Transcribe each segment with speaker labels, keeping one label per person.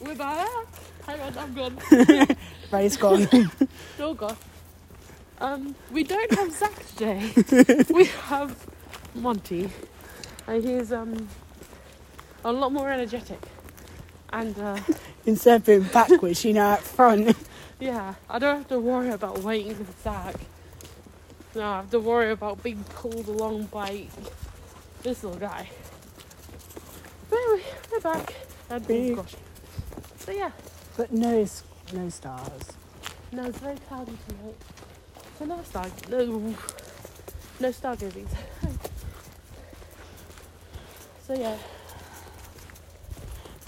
Speaker 1: We're back. Hang on, I'm gone.
Speaker 2: Ray's gone.
Speaker 1: You're gone. Um, we don't have Zach today. we have Monty, and he's um a lot more energetic. And uh,
Speaker 2: Instead of being backwards, you know, out front.
Speaker 1: yeah, I don't have to worry about waiting for Zach. No, I have to worry about being pulled along by this little guy. But anyway, we're back. And, oh
Speaker 2: Big.
Speaker 1: gosh. So yeah.
Speaker 2: But no, s- no stars.
Speaker 1: No, it's very cloudy tonight. So no star, no, no stargazing. so yeah,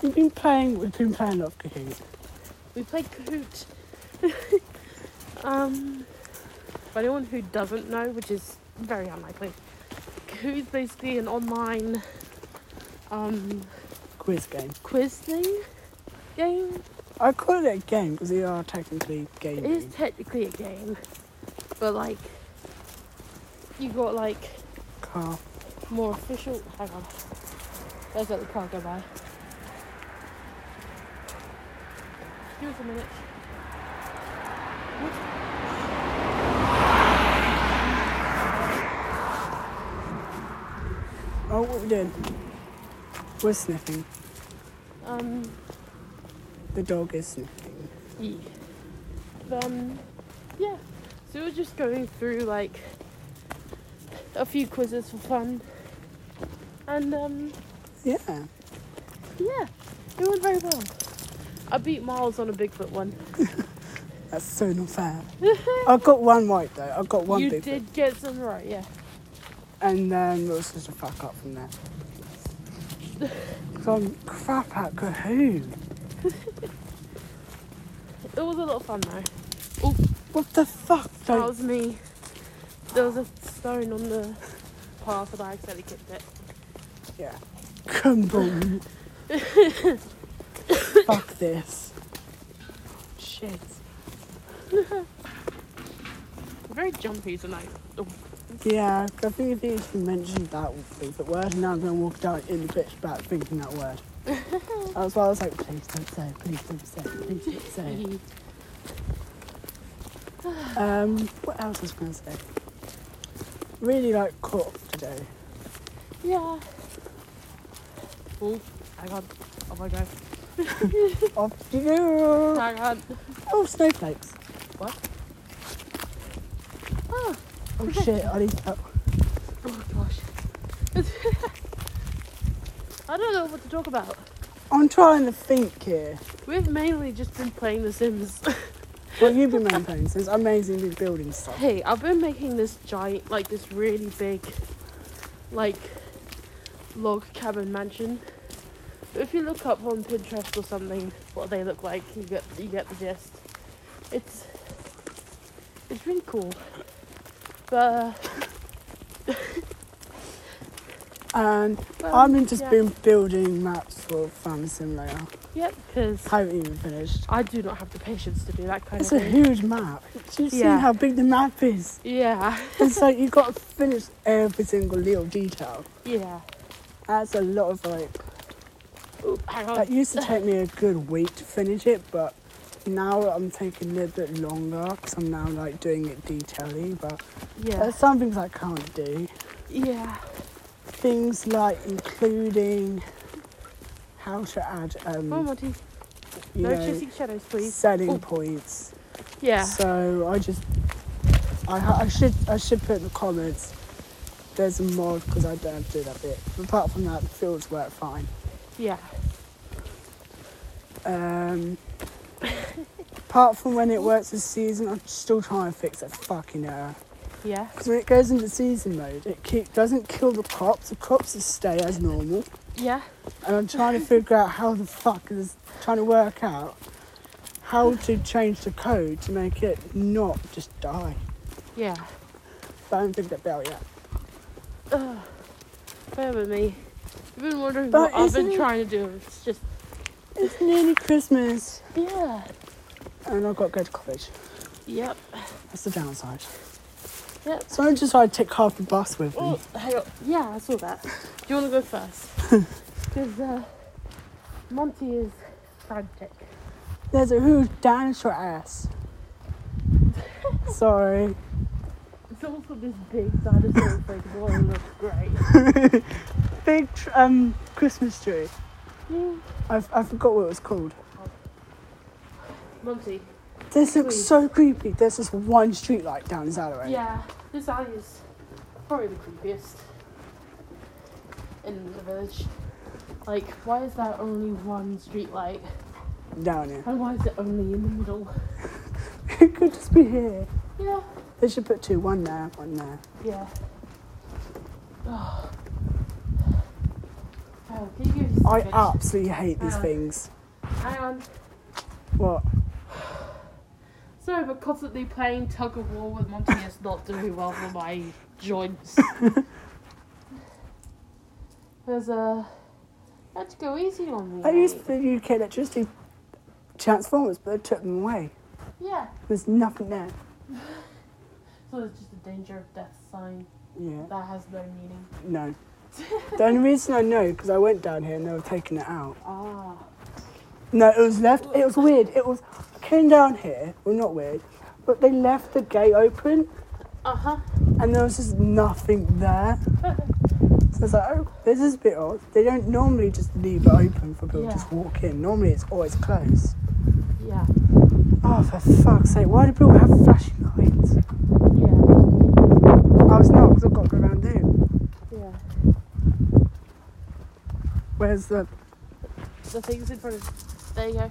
Speaker 2: We've been playing. We've been playing a lot of Kahoot.
Speaker 1: we played Kahoot. um, for anyone who doesn't know, which is very unlikely, Kahoot is basically an online um,
Speaker 2: Quiz game.
Speaker 1: quiz thing game.
Speaker 2: I call it a game because they are technically
Speaker 1: It is
Speaker 2: gaming
Speaker 1: technically a game, but like you got like
Speaker 2: car.
Speaker 1: more official. Hang on. Let's let the car go by. Give us a minute.
Speaker 2: Oh, what are we doing? We're sniffing.
Speaker 1: Um,
Speaker 2: The dog is sniffing.
Speaker 1: yeah. Um, yeah. So we're just going through like a few quizzes for fun. And um,
Speaker 2: Yeah.
Speaker 1: yeah, it went very well. I beat Miles on a Bigfoot one.
Speaker 2: That's so not fair. I got one right though. I got one
Speaker 1: you
Speaker 2: big
Speaker 1: did get some right, yeah.
Speaker 2: and then it was just a fuck up from there. Because I'm crap at Kahoot.
Speaker 1: It was a lot of fun though.
Speaker 2: What the fuck?
Speaker 1: That
Speaker 2: Don't
Speaker 1: was me. There was a stone on the path and I accidentally kicked it.
Speaker 2: yeah. Come on. fuck this. Shit.
Speaker 1: Very jumpy tonight. Oh,
Speaker 2: Yeah, I think if you actually mentioned that Bigfoot word, now I'm gonna walk down in the pitch black thinking that word. That's why I was like, please don't say, it, please don't say, it, please don't say. it."
Speaker 1: yee.
Speaker 2: Um, what else was I gonna say? Really like caught up today.
Speaker 1: yeah. Oh, hang on. Oh my god.
Speaker 2: Off Oh, you go.
Speaker 1: Hang on.
Speaker 2: Oh, snowflakes.
Speaker 1: What? Oh,
Speaker 2: Oh shit, I need help.
Speaker 1: oh gosh. I don't know what to talk about.
Speaker 2: I'm trying to think here.
Speaker 1: We've mainly just been playing The Sims.
Speaker 2: What have you been making playing since? Amazingly building stuff.
Speaker 1: hey, I've been making this giant, like this really big, like log cabin mansion. If you look up on Pinterest or something what they look like, you get you get the gist. It's it's really cool, but
Speaker 2: And
Speaker 1: well,
Speaker 2: I've been just
Speaker 1: Oh, yeah.
Speaker 2: been building maps for Farm Simulator.
Speaker 1: yep, because
Speaker 2: Haven't even finished.
Speaker 1: I do not have the patience to do that kind
Speaker 2: It's
Speaker 1: of
Speaker 2: a
Speaker 1: thing.
Speaker 2: huge map. Do you see
Speaker 1: Yeah.
Speaker 2: how big the map is?
Speaker 1: yeah,
Speaker 2: It's like you've got to finish every single little detail.
Speaker 1: yeah.
Speaker 2: That's a lot of like.
Speaker 1: Ooh, hang on.
Speaker 2: That used to take me a good week to finish it, but now I'm taking a little bit longer because I'm now like doing it detailedly. But
Speaker 1: yeah,
Speaker 2: there's some things I can't do.
Speaker 1: yeah,
Speaker 2: Things like including how to add, um,
Speaker 1: oh, Monty,
Speaker 2: you
Speaker 1: no
Speaker 2: know,
Speaker 1: chasing shadows, please.
Speaker 2: selling
Speaker 1: Oh.
Speaker 2: points.
Speaker 1: Yeah,
Speaker 2: So I just, I, ha- I should, I should put in the comments. There's a mod because I don't have to do that bit. Apart from that, the fields work fine.
Speaker 1: yeah,
Speaker 2: Um, apart from when it works with season, I'm still trying to fix that fucking error.
Speaker 1: yeah,
Speaker 2: Because when it goes into season mode, it keep, doesn't kill the crops. The crops just stay as normal.
Speaker 1: yeah.
Speaker 2: And I'm trying to figure out how the fuck is trying to work out how to change the code to make it not just die.
Speaker 1: Yeah.
Speaker 2: But I haven't figured that bit out yet.
Speaker 1: Ugh. Bear with me. I've been wondering
Speaker 2: But
Speaker 1: what I've
Speaker 2: isn't
Speaker 1: been
Speaker 2: it-
Speaker 1: trying to do. It's just
Speaker 2: It's nearly Christmas,
Speaker 1: yeah.
Speaker 2: and I've got to go to college.
Speaker 1: Yep.
Speaker 2: That's the downside.
Speaker 1: Yep.
Speaker 2: So I just decided to take half the bus with me.
Speaker 1: Oh, hang on. Yeah, I saw that. Do you want to go first? Because uh, Monty is frantic.
Speaker 2: There's a huge dinosaur ass. Sorry.
Speaker 1: It's also this big dinosaur thing. Boy, it looks great.
Speaker 2: Big tr- um Christmas tree.
Speaker 1: Yeah.
Speaker 2: I I forgot what it was called.
Speaker 1: Monty.
Speaker 2: This looks
Speaker 1: Creep.
Speaker 2: so creepy. There's this one street light down this alleyway.
Speaker 1: Yeah, this alley is probably the creepiest in the village. Like, why is there only one street light?
Speaker 2: Down here.
Speaker 1: And why is it only in the middle?
Speaker 2: it could just be here.
Speaker 1: Yeah.
Speaker 2: They should put two, one there, one there.
Speaker 1: Yeah. Oh. Oh, can you give us a
Speaker 2: I
Speaker 1: pinch?
Speaker 2: absolutely hate these
Speaker 1: Uh.
Speaker 2: things.
Speaker 1: Hang on.
Speaker 2: What?
Speaker 1: Sorry, but constantly playing tug of war with Monty is not doing well for my joints. There's a. Let's go easy on me.
Speaker 2: I used
Speaker 1: mate.
Speaker 2: the UK electricity transformers, but they took them away.
Speaker 1: Yeah.
Speaker 2: There's nothing there.
Speaker 1: So it's just a danger of death sign
Speaker 2: Yeah,
Speaker 1: that has no meaning.
Speaker 2: no. the only reason I know because I went down here and they were taking it out.
Speaker 1: Ah.
Speaker 2: No, it was left. It was weird. It was I came down here. Well, not weird, but they left the gate open
Speaker 1: Uh huh.
Speaker 2: and there was just nothing there. So I was like, oh, this is a bit odd. They don't normally just leave it open for people to
Speaker 1: Yeah.
Speaker 2: just walk in. Normally it's always closed.
Speaker 1: Yeah.
Speaker 2: Oh, for fuck's sake! Why do people have flashing lights?
Speaker 1: Yeah.
Speaker 2: I was not because I've got to go around there.
Speaker 1: Yeah.
Speaker 2: Where's the
Speaker 1: The thing's in front of. There you go.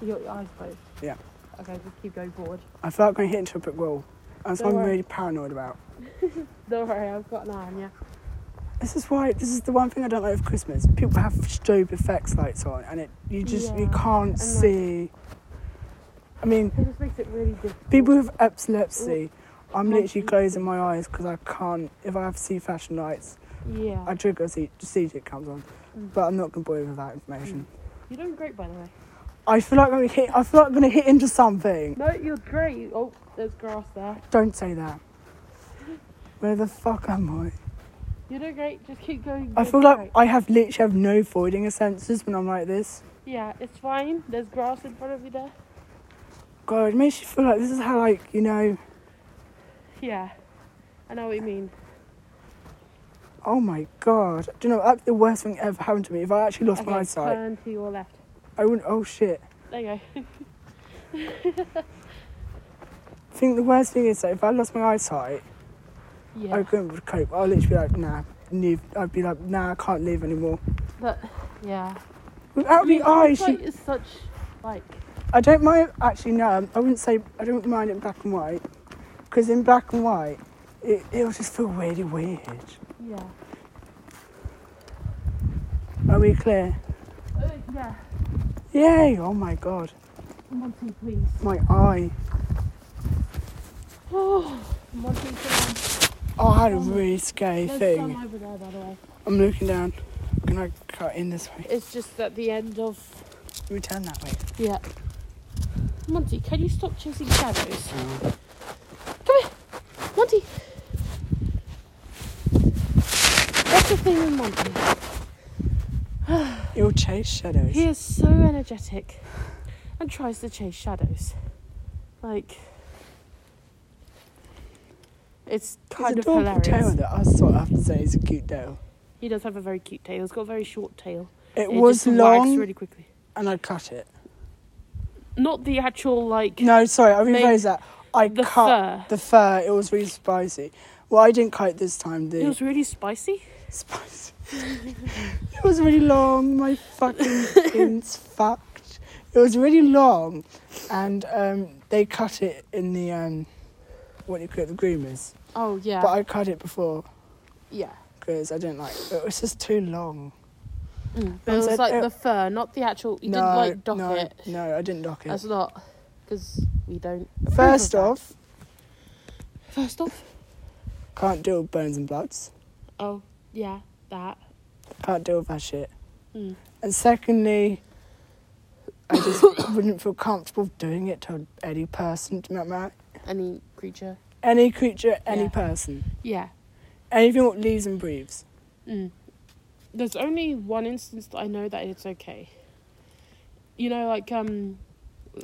Speaker 1: You got your eyes closed?
Speaker 2: Yeah.
Speaker 1: Okay, just keep going forward.
Speaker 2: I feel like I'm hitting into a brick wall. That's what
Speaker 1: Don't
Speaker 2: I'm
Speaker 1: worry.
Speaker 2: really paranoid about.
Speaker 1: Don't worry, I've got an eye on you.
Speaker 2: This is why this is the one thing I don't like of Christmas. People have strobe effects lights on and it you just you
Speaker 1: Yeah, and,
Speaker 2: can't
Speaker 1: like-
Speaker 2: see. I mean,
Speaker 1: It just makes it really difficult.
Speaker 2: people with epilepsy, I'm
Speaker 1: Might
Speaker 2: literally
Speaker 1: be-
Speaker 2: closing my eyes because I can't. If I have to see flashing lights,
Speaker 1: Yeah.
Speaker 2: I trigger a se- seizure it comes on.
Speaker 1: Oh. Mm.
Speaker 2: But I'm not gonna bore you with that information.
Speaker 1: You're doing great, by the way.
Speaker 2: I feel like I'm gonna hit. I feel like I'm gonna hit into something.
Speaker 1: No, you're great. Oh, there's grass there.
Speaker 2: Don't say that. Where the fuck am I?
Speaker 1: You're doing great. Just keep going.
Speaker 2: I
Speaker 1: you're
Speaker 2: feel like
Speaker 1: great.
Speaker 2: I have literally have no voiding of senses when I'm like this.
Speaker 1: Yeah, it's fine. There's grass in front of you there.
Speaker 2: God, it makes you feel like this is how like you know.
Speaker 1: Yeah. I know what you mean.
Speaker 2: Oh my god! Do you know that's the worst thing ever happened to me? If I actually lost my
Speaker 1: Okay,
Speaker 2: eyesight,
Speaker 1: Turn to your left.
Speaker 2: I wouldn't. Oh shit!
Speaker 1: There you go.
Speaker 2: I think the worst thing is that if I lost my eyesight,
Speaker 1: yeah.
Speaker 2: I couldn't cope. I'd literally be like, nah, leave. I'd be like, nah, I can't live anymore.
Speaker 1: But yeah.
Speaker 2: Without the
Speaker 1: Your
Speaker 2: eyes,
Speaker 1: eyesight
Speaker 2: you-
Speaker 1: is such like
Speaker 2: I don't mind. Actually, no, I wouldn't say I don't mind it in black and white, because in black and white, it it'll just feel really weird.
Speaker 1: yeah.
Speaker 2: Are we clear?
Speaker 1: Uh, yeah.
Speaker 2: Yay! Oh my god,
Speaker 1: Monty, please.
Speaker 2: my eye.
Speaker 1: Oh, Monty, come
Speaker 2: Oh, I had a
Speaker 1: Oh my-
Speaker 2: really scary
Speaker 1: on. There's
Speaker 2: thing.
Speaker 1: some over there, by the way.
Speaker 2: I'm looking down. Can I cut in this way?
Speaker 1: It's just at the end of
Speaker 2: We turn that way.
Speaker 1: yeah. Monty, can you stop chasing shadows?
Speaker 2: Oh.
Speaker 1: Come here, Monty. That's the thing with Monty.
Speaker 2: You'll chase shadows.
Speaker 1: He is so energetic and tries to chase shadows. Like, it's kind
Speaker 2: it's
Speaker 1: of
Speaker 2: a adorable
Speaker 1: hilarious.
Speaker 2: tail that I sort of have to say is a cute tail.
Speaker 1: He does have a very cute tail. He's got a very short tail.
Speaker 2: It,
Speaker 1: It
Speaker 2: was
Speaker 1: just wags
Speaker 2: long,
Speaker 1: really quickly.
Speaker 2: and I cut it.
Speaker 1: Not the actual like
Speaker 2: No, sorry, I
Speaker 1: Make
Speaker 2: rephrase that. I
Speaker 1: the
Speaker 2: cut
Speaker 1: fur.
Speaker 2: the fur. It was really spicy. Well, I didn't cut it this time. The
Speaker 1: It was really spicy.
Speaker 2: spicy. it was really long. My fucking skin's fucked. It was really long, and um, they cut it in the um, what do you call it, the groomers.
Speaker 1: Oh yeah,
Speaker 2: But I cut it before.
Speaker 1: yeah.
Speaker 2: because I didn't like it. was just too long.
Speaker 1: But it
Speaker 2: Mum
Speaker 1: was
Speaker 2: said,
Speaker 1: like
Speaker 2: "Oh."
Speaker 1: the fur, not the actual. You didn't like dock
Speaker 2: no,
Speaker 1: it.
Speaker 2: no, I didn't dock
Speaker 1: That's
Speaker 2: it.
Speaker 1: not because we don't. approve
Speaker 2: First
Speaker 1: of that.
Speaker 2: off,
Speaker 1: First off.
Speaker 2: can't deal with bones and bloods.
Speaker 1: Oh yeah, that.
Speaker 2: Can't deal with that shit.
Speaker 1: Mm.
Speaker 2: And secondly, I just wouldn't feel comfortable doing it to any person. Do you know what I mean?
Speaker 1: Any creature.
Speaker 2: Any creature, any
Speaker 1: Yeah.
Speaker 2: person,
Speaker 1: Yeah.
Speaker 2: anything that lives and breathes.
Speaker 1: Mm. there's only one instance that I know that it's okay. You know, like um,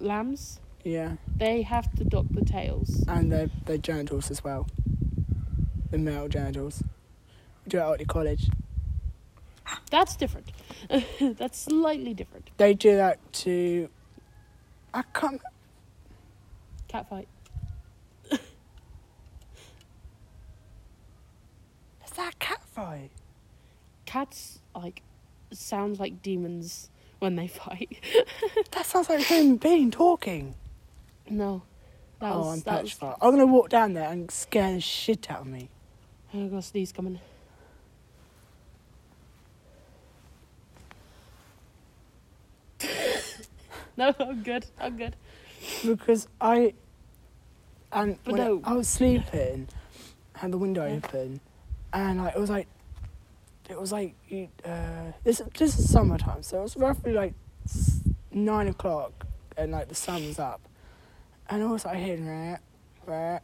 Speaker 1: lambs,
Speaker 2: Yeah,
Speaker 1: they have to dock the tails.
Speaker 2: and their their genitals as well. The male genitals. We do it at Otley College.
Speaker 1: That's different. That's slightly different.
Speaker 2: They do that to. I can't.
Speaker 1: Catfight.
Speaker 2: Is that a cat fight?
Speaker 1: Cats like sounds like demons when they fight.
Speaker 2: That sounds like him being talking.
Speaker 1: No, that
Speaker 2: oh,
Speaker 1: was
Speaker 2: I'm
Speaker 1: that was.
Speaker 2: petrified. I'm gonna walk down there and scare the shit out of me.
Speaker 1: Oh gosh, sneeze coming. no, I'm good. I'm good.
Speaker 2: because I and
Speaker 1: But
Speaker 2: when
Speaker 1: no.
Speaker 2: I was sleeping, I had the window
Speaker 1: Yeah.
Speaker 2: open, and like it was like it was like you- uh, this this is summertime, so it was roughly like s- nine o'clock, and like the sun was up, and I was like hearing rah, rah,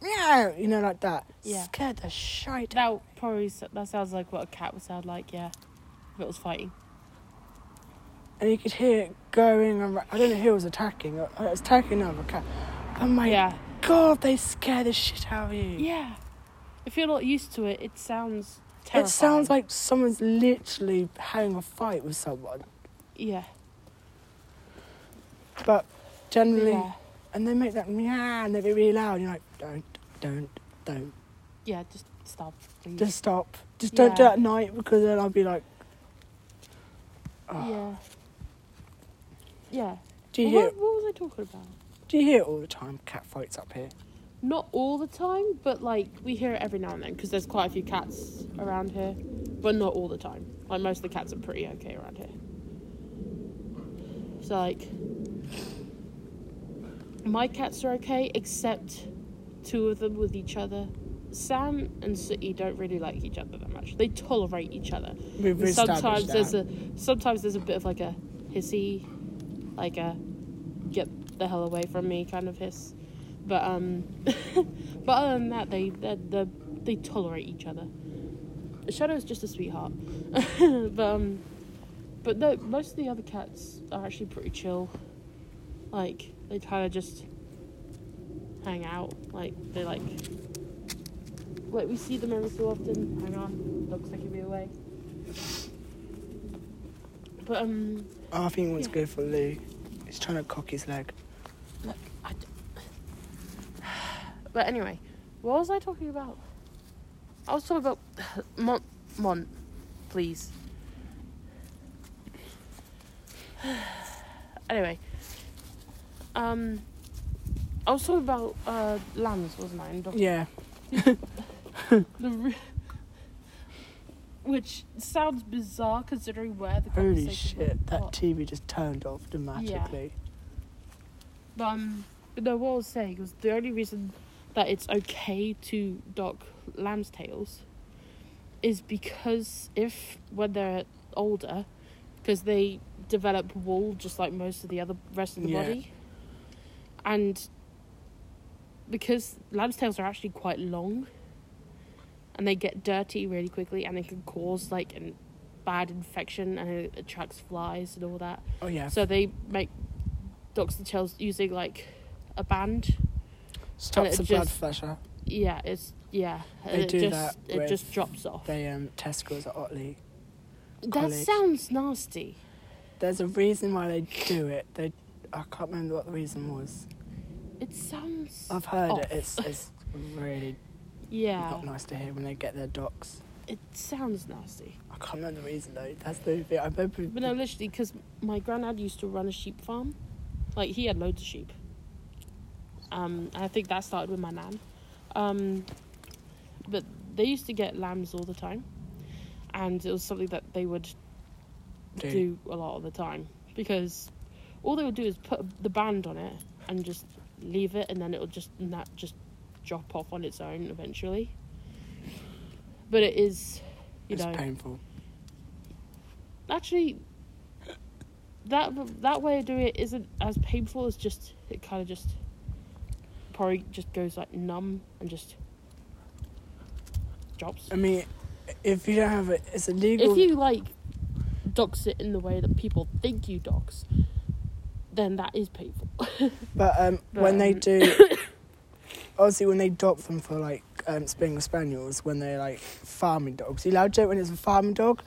Speaker 2: meow, you know, like that.
Speaker 1: Yeah.
Speaker 2: Scared the shite. out-
Speaker 1: That probably s- that sounds like what a cat would sound like. Yeah, if it was fighting.
Speaker 2: And you could hear it going. And I don't know who was attacking. It was attacking another cat. Oh my
Speaker 1: yeah,
Speaker 2: god, they scare the shit out of you.
Speaker 1: yeah. If you're not used to it, it sounds terrifying.
Speaker 2: It sounds like someone's literally having a fight with someone.
Speaker 1: yeah,
Speaker 2: But generally,
Speaker 1: yeah,
Speaker 2: and they make that meow and they be really loud. And you're like, don't, don't, don't.
Speaker 1: yeah. Just stop. Please.
Speaker 2: Just stop. Just don't do
Speaker 1: Yeah.
Speaker 2: that at night because then I'll be like, oh.
Speaker 1: yeah, yeah.
Speaker 2: do you
Speaker 1: Well,
Speaker 2: hear?
Speaker 1: what, what was I talking about?
Speaker 2: Do you hear it all the time? Cat fights up here.
Speaker 1: Not all the time, but like we hear it every now and then because there's quite a few cats around here, but not all the time. Like most of the cats are pretty okay around here. So like my cats are okay, except two of them with each other. Sam and Sooty don't really like each other that much. They tolerate each other.
Speaker 2: We've
Speaker 1: And
Speaker 2: established
Speaker 1: sometimes
Speaker 2: that.
Speaker 1: there's a sometimes there's a bit of like a hissy, like a get the hell away from me kind of hiss. But um, but other than that, they they they, they tolerate each other. Shadow's just a sweetheart, but um, but no, most of the other cats are actually pretty chill. Like they kind of just hang out. Like they like like we see them every so often. Hang on, looks like he'll be away. But um,
Speaker 2: Oh, I think he wants
Speaker 1: yeah.
Speaker 2: to go for Lou. He's trying to cock his leg.
Speaker 1: I d- but anyway, what was I talking about? I was talking about Mont, Mont, please. anyway, um, I was talking about uh, lambs, wasn't I? And dogs.
Speaker 2: Yeah.
Speaker 1: The re- which sounds bizarre considering where the
Speaker 2: Holy
Speaker 1: conversation
Speaker 2: shit, that
Speaker 1: got.
Speaker 2: TV just turned off dramatically.
Speaker 1: But, um, no, what I was saying was the only reason that it's okay to dock lamb's tails is because if when they're older, because they develop wool just like most of the other rest of the
Speaker 2: Yeah.
Speaker 1: body, and because lamb's tails are actually quite long, and they get dirty really quickly, and they can cause like an bad infection, and it attracts flies and all that.
Speaker 2: Oh yeah.
Speaker 1: So they make Doctor Chills using like a band.
Speaker 2: Stops
Speaker 1: it
Speaker 2: the blood
Speaker 1: uh, just-
Speaker 2: pressure.
Speaker 1: Yeah, it's yeah. and
Speaker 2: They
Speaker 1: it
Speaker 2: do
Speaker 1: just
Speaker 2: that
Speaker 1: it
Speaker 2: with
Speaker 1: just drops off.
Speaker 2: They um testicles at Otley.
Speaker 1: That
Speaker 2: college.
Speaker 1: sounds nasty.
Speaker 2: There's a reason why they do it. They, I can't remember what the reason was.
Speaker 1: It sounds
Speaker 2: I've heard
Speaker 1: off.
Speaker 2: it. It's, it's really
Speaker 1: Oh. yeah.
Speaker 2: not nice to hear when they get their docs.
Speaker 1: It sounds nasty.
Speaker 2: I can't remember the reason though. That's the thing. I remember.
Speaker 1: But no, literally, because my granddad used to run a sheep farm. Like he had loads of sheep. Um, and I think that started with my nan. Um, but they used to get lambs all the time, and it was something that they would
Speaker 2: do.
Speaker 1: do a lot of the time because all they would do is put the band on it and just leave it, and then it'll just and that just drop off on its own eventually. But it is, you
Speaker 2: It's
Speaker 1: know,
Speaker 2: painful.
Speaker 1: actually that that way of doing it isn't as painful as just it kind of just probably just goes like numb and just drops.
Speaker 2: I mean, if you don't have it, it's illegal.
Speaker 1: If you like dox it in the way that people think you dox, then that is painful.
Speaker 2: But um,
Speaker 1: But,
Speaker 2: when they
Speaker 1: um,
Speaker 2: do, obviously when they adopt them for like um, Springer Spaniels, when they're like farming dogs, you're allowed to do it when it's a farming dog,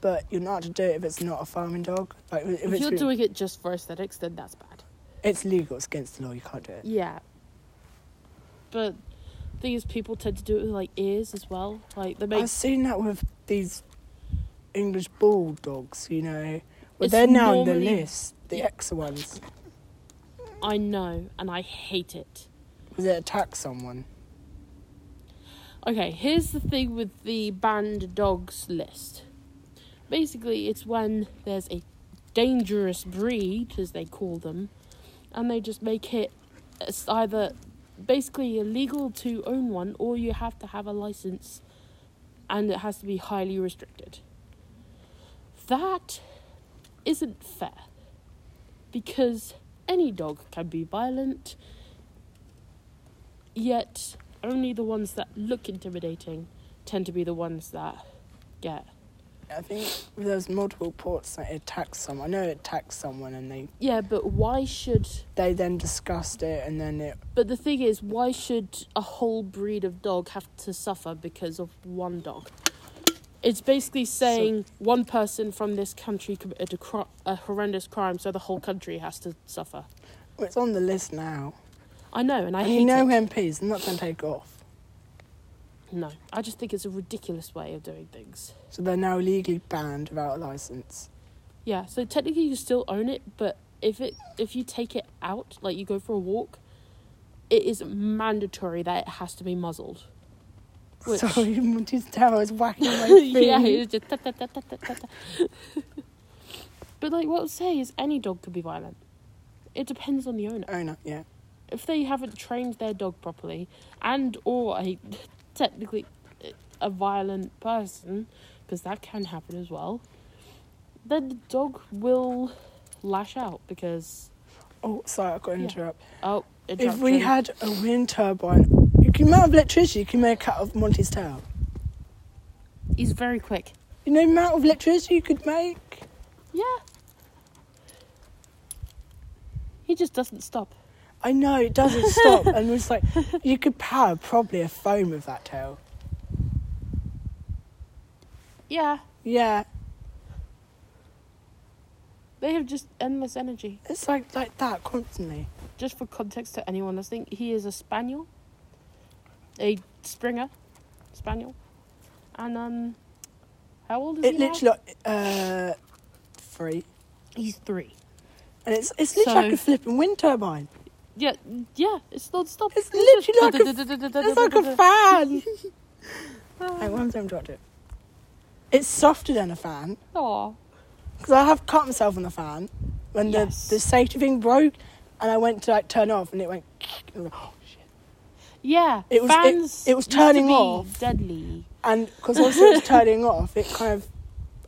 Speaker 2: but you're not allowed to do it if it's not a farming dog. Like if,
Speaker 1: If,
Speaker 2: it's
Speaker 1: you're
Speaker 2: been-
Speaker 1: doing it just for aesthetics, then that's bad.
Speaker 2: it's legal, it's against the law, you can't do it.
Speaker 1: Yeah. But the thing is, people tend to do it with like ears as well. Like they make
Speaker 2: I've seen that with these English bulldogs, you know, but
Speaker 1: It's
Speaker 2: they're now on the
Speaker 1: normally-
Speaker 2: list, the extra ones.
Speaker 1: I know, and I hate it.
Speaker 2: Because they attack someone.
Speaker 1: Okay, here's the thing with the banned dogs list. Basically, it's when there's a dangerous breed, as they call them, and they just make it it's either basically illegal to own one or you have to have a license and it has to be highly restricted. That isn't fair because any dog can be violent, yet only the ones that look intimidating tend to be the ones that get
Speaker 2: I think there's multiple reports that it attacks someone. I know it attacks someone and they,
Speaker 1: yeah but why should
Speaker 2: they then discussed it and then it
Speaker 1: but the thing is why should a whole breed of dog have to suffer because of one dog it's basically saying one person from this country committed a, cri- a horrendous crime so the whole country has to suffer
Speaker 2: Well, it's on the list now.
Speaker 1: i know and i
Speaker 2: and
Speaker 1: hate
Speaker 2: you know
Speaker 1: it.
Speaker 2: MPs, they're not going to take off.
Speaker 1: no i just think it's a ridiculous way of doing things
Speaker 2: So they're now legally banned without a license.
Speaker 1: Yeah, so technically you still own it, but if it if you take it out, like you go for a walk, it is mandatory that it has to be muzzled. Which-
Speaker 2: Sorry, Monty's tower is whacking my feet.
Speaker 1: yeah, it's just ta- ta- ta- ta- ta- ta- ta. But like what I'll say is any dog could be violent. It depends on the owner.
Speaker 2: Oh no, yeah.
Speaker 1: If they haven't trained their dog properly and or a technically a violent person, because that can happen as well, then the dog will lash out because
Speaker 2: Oh, sorry, I got to
Speaker 1: Yeah.
Speaker 2: interrupt.
Speaker 1: Oh,
Speaker 2: If we had a wind turbine, the amount of electricity you can make out of Monty's tower.
Speaker 1: he's very quick.
Speaker 2: You know the amount of electricity you could make?
Speaker 1: Yeah. He just doesn't stop.
Speaker 2: I know, it doesn't stop. and it's like, you could power probably a phone with that tail.
Speaker 1: Yeah,
Speaker 2: Yeah,
Speaker 1: they have just endless energy.
Speaker 2: it's like like that constantly.
Speaker 1: Just for context to anyone listening, he is a spaniel, a Springer, spaniel, and um, how old is
Speaker 2: It
Speaker 1: he? now?
Speaker 2: literally, uh, free.
Speaker 1: He's three.
Speaker 2: And it's it's literally like
Speaker 1: So-
Speaker 2: a flipping wind turbine.
Speaker 1: Yeah, yeah, it's non stop.
Speaker 2: It's literally It's like a fan. Hang on, don't touch it. It's softer than a fan
Speaker 1: Aw.
Speaker 2: because I have cut myself on the fan when
Speaker 1: Yes.
Speaker 2: the, the safety thing broke, and I went to like turn off, and it went. and I was like, oh shit!
Speaker 1: Yeah,
Speaker 2: It was- it-
Speaker 1: fans
Speaker 2: it was
Speaker 1: used to
Speaker 2: turning
Speaker 1: be
Speaker 2: off.
Speaker 1: Deadly.
Speaker 2: And because obviously it was turning off, it kind of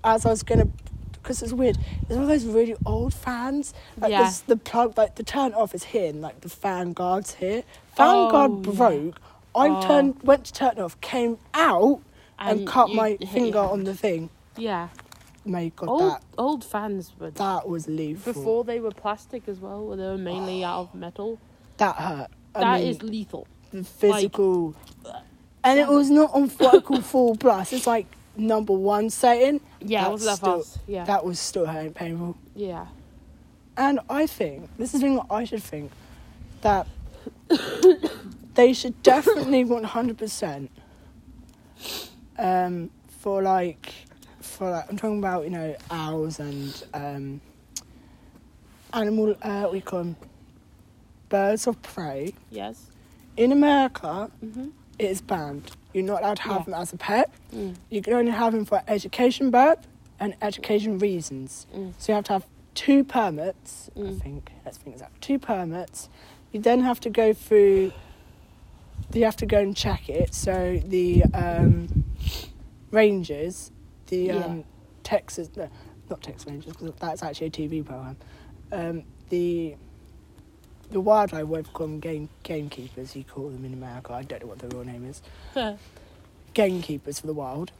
Speaker 2: as I was gonna. Because it's weird. It's one of those really old fans. Like
Speaker 1: Yeah.
Speaker 2: this, the plug, like the turn off is here, and like the fan guard's here. Fan guard
Speaker 1: Oh, yeah.
Speaker 2: broke. I
Speaker 1: Oh.
Speaker 2: turned, went to turn it off, came out, and, cut
Speaker 1: you
Speaker 2: my
Speaker 1: hit your
Speaker 2: finger
Speaker 1: hand.
Speaker 2: on the thing.
Speaker 1: Yeah.
Speaker 2: My God,
Speaker 1: Old
Speaker 2: that
Speaker 1: old fans were
Speaker 2: that was lethal.
Speaker 1: before they were plastic as well. where They were mainly out of metal.
Speaker 2: that hurt. I
Speaker 1: That
Speaker 2: mean,
Speaker 1: is lethal.
Speaker 2: the physical, and it was not on what I call full blast. It's like number one setting.
Speaker 1: Yeah, it
Speaker 2: That's
Speaker 1: wasn't that
Speaker 2: still-
Speaker 1: fast. Yeah,
Speaker 2: That was still hurting, painful.
Speaker 1: yeah.
Speaker 2: And I think this is the thing that I should think that they should definitely want hundred percent. Um, for like, for like, I'm talking about you know owls and um, animal. Uh, what we call 'em? birds of prey.
Speaker 1: Yes.
Speaker 2: In America,
Speaker 1: Mhm.
Speaker 2: it is banned. You're not allowed to have
Speaker 1: Yeah.
Speaker 2: them as a pet.
Speaker 1: Mm.
Speaker 2: You can only have them for education bird and education reasons.
Speaker 1: Mm.
Speaker 2: So you have to have two permits, I
Speaker 1: Mm.
Speaker 2: think. Let's think exact. Two permits. You then have to go through. You have to go and check it. So the um, rangers, the
Speaker 1: Yeah.
Speaker 2: um, Texas, no, not Texas Rangers, because that's actually a TV program. Um, the the wildlife, what they call them game
Speaker 1: Mm.
Speaker 2: gamekeepers. You call them in America. I don't know what the real name is gamekeepers for the wild.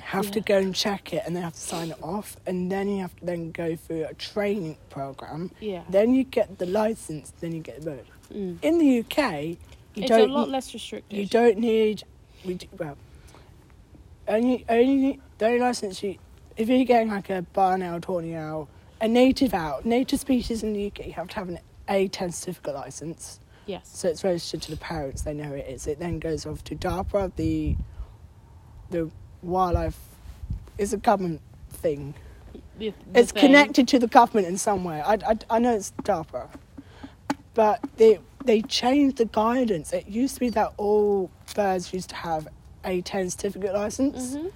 Speaker 2: have to
Speaker 3: Yeah.
Speaker 2: go and check it and they have to sign it off and then you have to then go through a training program
Speaker 3: Yeah.
Speaker 2: then you get the license then you get the bird
Speaker 3: Mm.
Speaker 2: in the uk you
Speaker 1: it's a
Speaker 2: don't
Speaker 1: lot
Speaker 2: ne-
Speaker 1: less restrictive.
Speaker 2: you don't need we do, well only only the only license you if you're getting like a barn owl tawny owl a native owl native species in the uk you have to have an a10 certificate license
Speaker 1: yes.
Speaker 2: so it's registered to the parents. They know who it is. It then goes off to DARPA, the the wildlife. It's a government thing.
Speaker 1: The- the
Speaker 2: it's
Speaker 1: thing-
Speaker 2: connected to the government in some way. I, I, I know it's DARPA, but they they changed the guidance. It used to be that all birds used to have a ten certificate license.
Speaker 1: Mhm.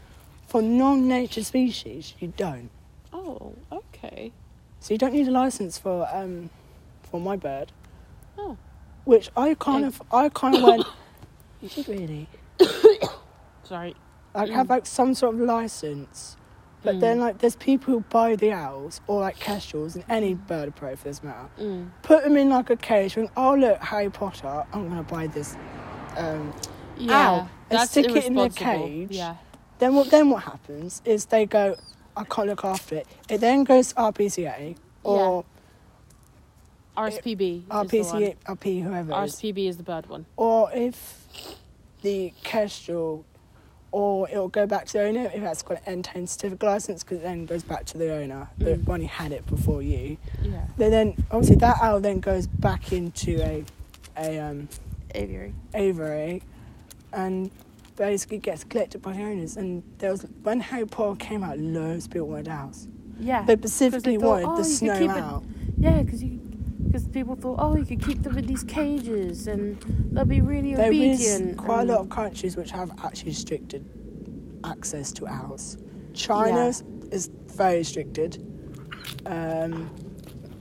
Speaker 2: For non-native species, you don't.
Speaker 1: Oh, okay.
Speaker 2: So you don't need a license for um for my bird.
Speaker 1: Oh.
Speaker 2: Which I kind
Speaker 1: Yeah.
Speaker 2: of I kind of went. You did really.
Speaker 1: Sorry.
Speaker 2: like
Speaker 1: Mm.
Speaker 2: have like some sort of license. But then like there's people who buy the owls or like kestrels and any bird of prey for this matter.
Speaker 1: Mm.
Speaker 2: Put them in like a cage and oh look Harry Potter, I'm gonna buy this. Um,
Speaker 1: Yeah.
Speaker 2: Ow. And
Speaker 1: That's
Speaker 2: stick it in the
Speaker 1: irresponsible.
Speaker 2: cage.
Speaker 1: Yeah.
Speaker 2: then what then what happens is they go, I can't look after it. It then goes to RPCA or
Speaker 1: RSPB. Is the one.
Speaker 2: RPCA RP whoever it is.
Speaker 1: RSPB is the bird one.
Speaker 2: Or if the kestrel or it'll go back to the owner if that's got an N10 certificate license because it then goes back to the owner, the
Speaker 1: Mm.
Speaker 2: one who had it before you.
Speaker 1: Yeah.
Speaker 2: They then obviously that owl then goes back into a a um,
Speaker 3: Aviary.
Speaker 2: ovary and basically gets collected by the owners. And there was when Harry Potter came out, loads of people wanted owls.
Speaker 3: Yeah.
Speaker 2: They specifically
Speaker 3: thought,
Speaker 2: wanted
Speaker 3: "Oh,
Speaker 2: the
Speaker 3: you could
Speaker 2: snow
Speaker 3: keep it-
Speaker 2: owl.
Speaker 3: Yeah, because you, because people thought, oh, you could keep them in these cages and they'll be really
Speaker 2: There is
Speaker 3: obedient.
Speaker 2: quite
Speaker 3: and-
Speaker 2: a lot of countries which have actually restricted access to owls. China is very restricted. Um,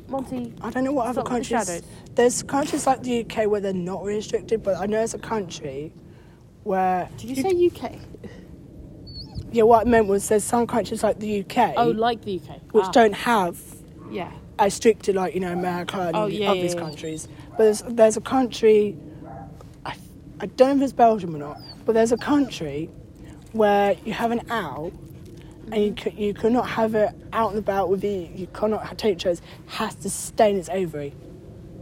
Speaker 3: Monty,
Speaker 2: I don't know what
Speaker 3: stop
Speaker 2: other
Speaker 3: with the
Speaker 2: countries.
Speaker 3: shadows.
Speaker 2: There's countries like the UK where they're not really restricted, but I know it's a country where.
Speaker 1: Did you say UK?
Speaker 2: Yeah, what I meant was there's some countries like the UK
Speaker 1: Oh, like the UK.
Speaker 2: which
Speaker 1: Ah,
Speaker 2: don't have
Speaker 1: Yeah.
Speaker 2: as strict to like you know America and
Speaker 1: Oh,
Speaker 2: all the
Speaker 1: yeah,
Speaker 2: other these
Speaker 1: yeah, yeah.
Speaker 2: countries. But there's, there's a country, I, I don't know if it's Belgium or not, but there's a country where you have an owl, and you
Speaker 1: Mm-hmm.
Speaker 2: c- you cannot have it out and about with you. You cannot ha- take shows. Has to stay in its ovary.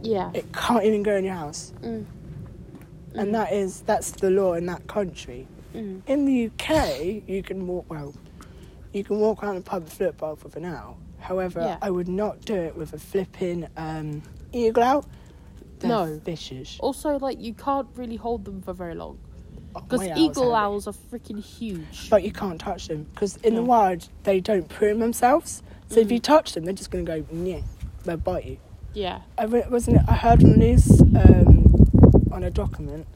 Speaker 1: Yeah.
Speaker 2: It can't even go in your house.
Speaker 1: Mm.
Speaker 2: And that is that's the law in that country.
Speaker 1: Mm.
Speaker 2: In the UK, you can walk well. You can walk around a public flip bath with an owl. However,
Speaker 1: Yeah.
Speaker 2: I would not do it with a flipping um, eagle owl. They're
Speaker 1: No.
Speaker 2: vicious.
Speaker 1: Also, like you can't really hold them for very long
Speaker 2: Oh,
Speaker 1: because
Speaker 2: my owl's
Speaker 1: eagle
Speaker 2: heavy.
Speaker 1: owls are freaking huge.
Speaker 2: But you can't touch them because in the wild they don't prune themselves. So if you
Speaker 1: Mm.
Speaker 2: touch them, they're just going to go yeah, they'll bite you.
Speaker 1: yeah.
Speaker 2: I re- wasn't. I heard on the news um, on a document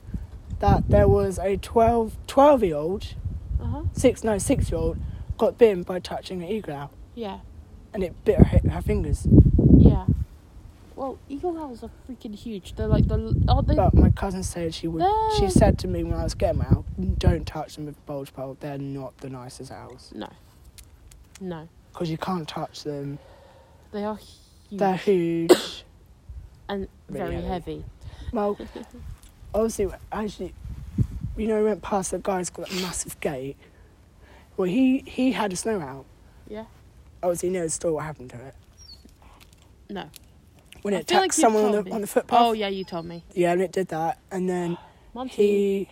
Speaker 2: that there was a 12, 12 year old,
Speaker 1: Uh huh.
Speaker 2: six no six year old, got bitten by touching an eagle owl,
Speaker 1: Yeah.
Speaker 2: and it bit her, her fingers.
Speaker 1: Yeah. Well, eagle owls are freaking huge. They're like the are they?
Speaker 2: But my cousin said she would. She
Speaker 1: They're-
Speaker 2: said to me when I was getting out, "Don't touch them with a bulge pole. They're not the nicest owls
Speaker 1: No. No.
Speaker 2: because you can't touch them.
Speaker 1: They are huge
Speaker 2: They're huge.
Speaker 1: and
Speaker 2: really
Speaker 1: very
Speaker 2: heavy.
Speaker 1: heavy.
Speaker 2: well, obviously, actually, you know, we went past that guy's got that massive gate. Well, he he had a snow owl.
Speaker 1: Yeah.
Speaker 2: obviously knows still what happened to it
Speaker 1: No.
Speaker 2: when
Speaker 1: I
Speaker 2: it
Speaker 1: feel
Speaker 2: attacked
Speaker 1: like you've
Speaker 2: someone on
Speaker 1: told
Speaker 2: the
Speaker 1: me.
Speaker 2: on the footpath.
Speaker 1: Oh yeah, you told me.
Speaker 2: yeah, and it did that, and then
Speaker 1: Monty.
Speaker 2: he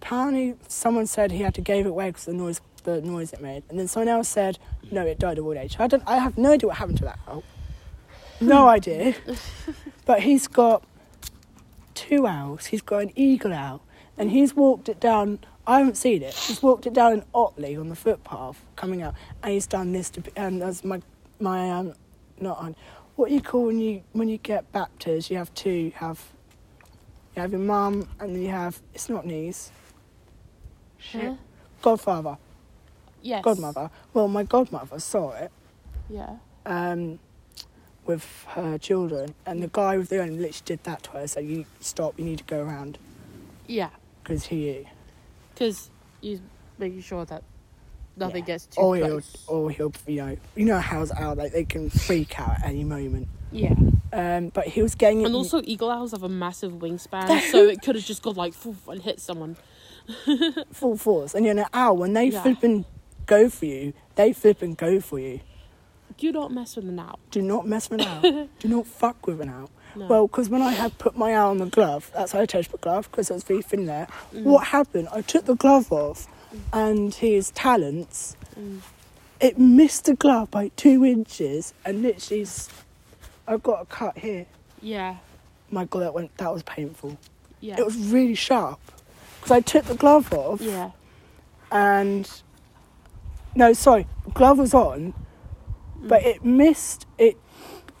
Speaker 2: apparently someone said he had to give it away because the noise the noise it made, and then someone else said no, it died of old age. I don't, I have no idea what happened to that owl, no idea. But he's got two owls. He's got an eagle owl, and he's walked it down. I haven't seen it. He's walked it down in Otley on the footpath coming out, and he's done this to. And as my my um, not on. What do you call when you when you get baptised? You have two. You have you have your mum, and then you have it's not knees.
Speaker 1: Huh?
Speaker 2: Godfather,
Speaker 1: Yes.
Speaker 2: godmother. Well, my godmother saw it
Speaker 1: Yeah.
Speaker 2: um, with her children, and the guy with the gun literally did that to her. So you stop. You need to go around
Speaker 1: Yeah.
Speaker 2: because he
Speaker 1: Because he's making sure that nothing
Speaker 2: Oh, Yeah.
Speaker 1: gets too
Speaker 2: or he'll
Speaker 1: close.
Speaker 2: or he'll you know you know how's out like they can freak out at any moment.
Speaker 1: Yeah.
Speaker 2: Um, but he was getting
Speaker 1: And also, eagle owls have a massive wingspan, so it could have just gone like poof, and hit someone.
Speaker 2: full force, and you're like, ow, when they
Speaker 1: Yeah.
Speaker 2: flip and go for you, they flip and go for you.
Speaker 1: Do not mess with an owl.
Speaker 2: Do not mess with an owl. Do not fuck with an owl.
Speaker 1: No.
Speaker 2: Well, because when I had put my owl on the glove, that's how I touched my glove because it was very thin there.
Speaker 1: Mm.
Speaker 2: What happened? I took the glove off, and his talents,
Speaker 1: mm.
Speaker 2: it missed the glove by two inches, and literally, s- I got a cut here.
Speaker 1: yeah,
Speaker 2: My God, that went. That was painful.
Speaker 1: yeah,
Speaker 2: It was really sharp because I took the glove off
Speaker 1: yeah.
Speaker 2: and no, sorry, glove was on, but it missed. It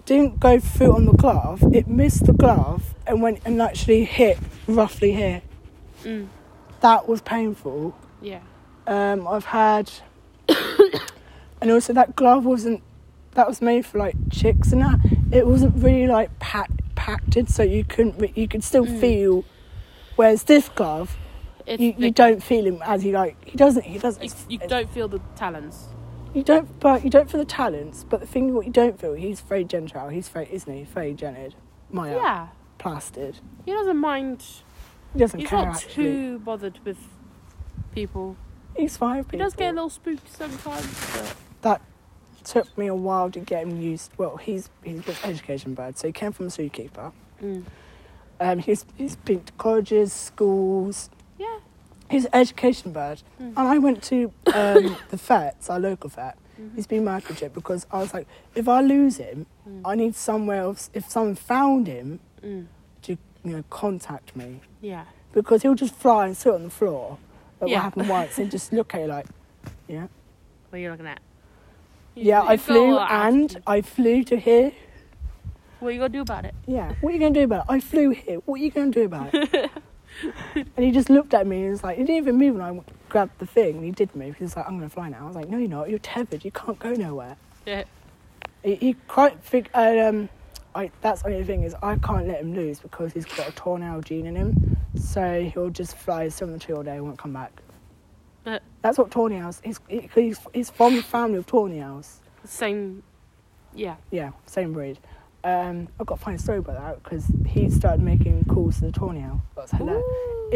Speaker 2: didn't go through on the glove. It missed the glove and went and actually hit roughly here.
Speaker 1: Mm.
Speaker 2: That was painful.
Speaker 1: Yeah.
Speaker 2: Um, I've had, and also that glove wasn't. That was made for like chicks and that. It wasn't really like pack, packed, so you couldn't. re- You could still feel. Whereas this glove,
Speaker 1: It's
Speaker 2: you, you
Speaker 1: the-
Speaker 2: don't feel him as he like. He doesn't. He doesn't.
Speaker 1: you,
Speaker 2: it's-
Speaker 1: you
Speaker 2: it's-
Speaker 1: don't feel the talons.
Speaker 2: you don't, but you don't feel the talents. But the thing, what you don't feel, he's very gentile. He's very, isn't he? He's Very gented. Maya.
Speaker 1: Yeah.
Speaker 2: Plastered.
Speaker 1: He doesn't mind.
Speaker 2: He doesn't
Speaker 1: He's
Speaker 2: care
Speaker 1: not
Speaker 2: actually.
Speaker 1: too bothered with people.
Speaker 2: He's five.
Speaker 1: He does get a little spooked sometimes, but
Speaker 2: That took me a while to get him used. Well, he's he's got education bird, so he came from a zookeeper.
Speaker 1: Mm.
Speaker 2: Um, he's he's been to colleges, schools.
Speaker 1: yeah.
Speaker 2: He's an education bird,
Speaker 1: Hmm.
Speaker 2: and I went to um, the vets, our local vet.
Speaker 1: Mm-hmm.
Speaker 2: He's been microchipped because I was like, if I lose him,
Speaker 1: Hmm.
Speaker 2: I need somewhere else. If someone found him,
Speaker 1: Mm.
Speaker 2: to you know contact me
Speaker 1: Yeah.
Speaker 2: because he'll just fly and sit on the floor. But
Speaker 1: Yeah.
Speaker 2: what happened once, and just look at you like, yeah,
Speaker 1: What are you looking at? You-
Speaker 2: yeah. I
Speaker 1: you've got a
Speaker 2: flew
Speaker 1: lot of
Speaker 2: and
Speaker 1: attitude.
Speaker 2: I flew to here.
Speaker 1: What are you gonna do about it?
Speaker 2: Yeah, what are you gonna do about it? I flew here. What are you gonna do about it? and he just looked at me and he was like, he didn't even move. And I grabbed the thing and he did move. He was like, I'm gonna fly now. I was like, no, you're not. You're tethered. You can't go nowhere.
Speaker 1: Yeah.
Speaker 2: He, he quite big. I, um, I, that's the only thing is I can't let him lose because he's got a tornado gene in him, so he'll just fly sit on the tree all day and won't come back.
Speaker 1: But
Speaker 2: That's what tornadoes. He's he- he's he's from the family of tornadoes.
Speaker 1: same. Yeah.
Speaker 2: Yeah, same breed. Um, I've got a funny story about that because he started making calls to the tornado. That's hilarious.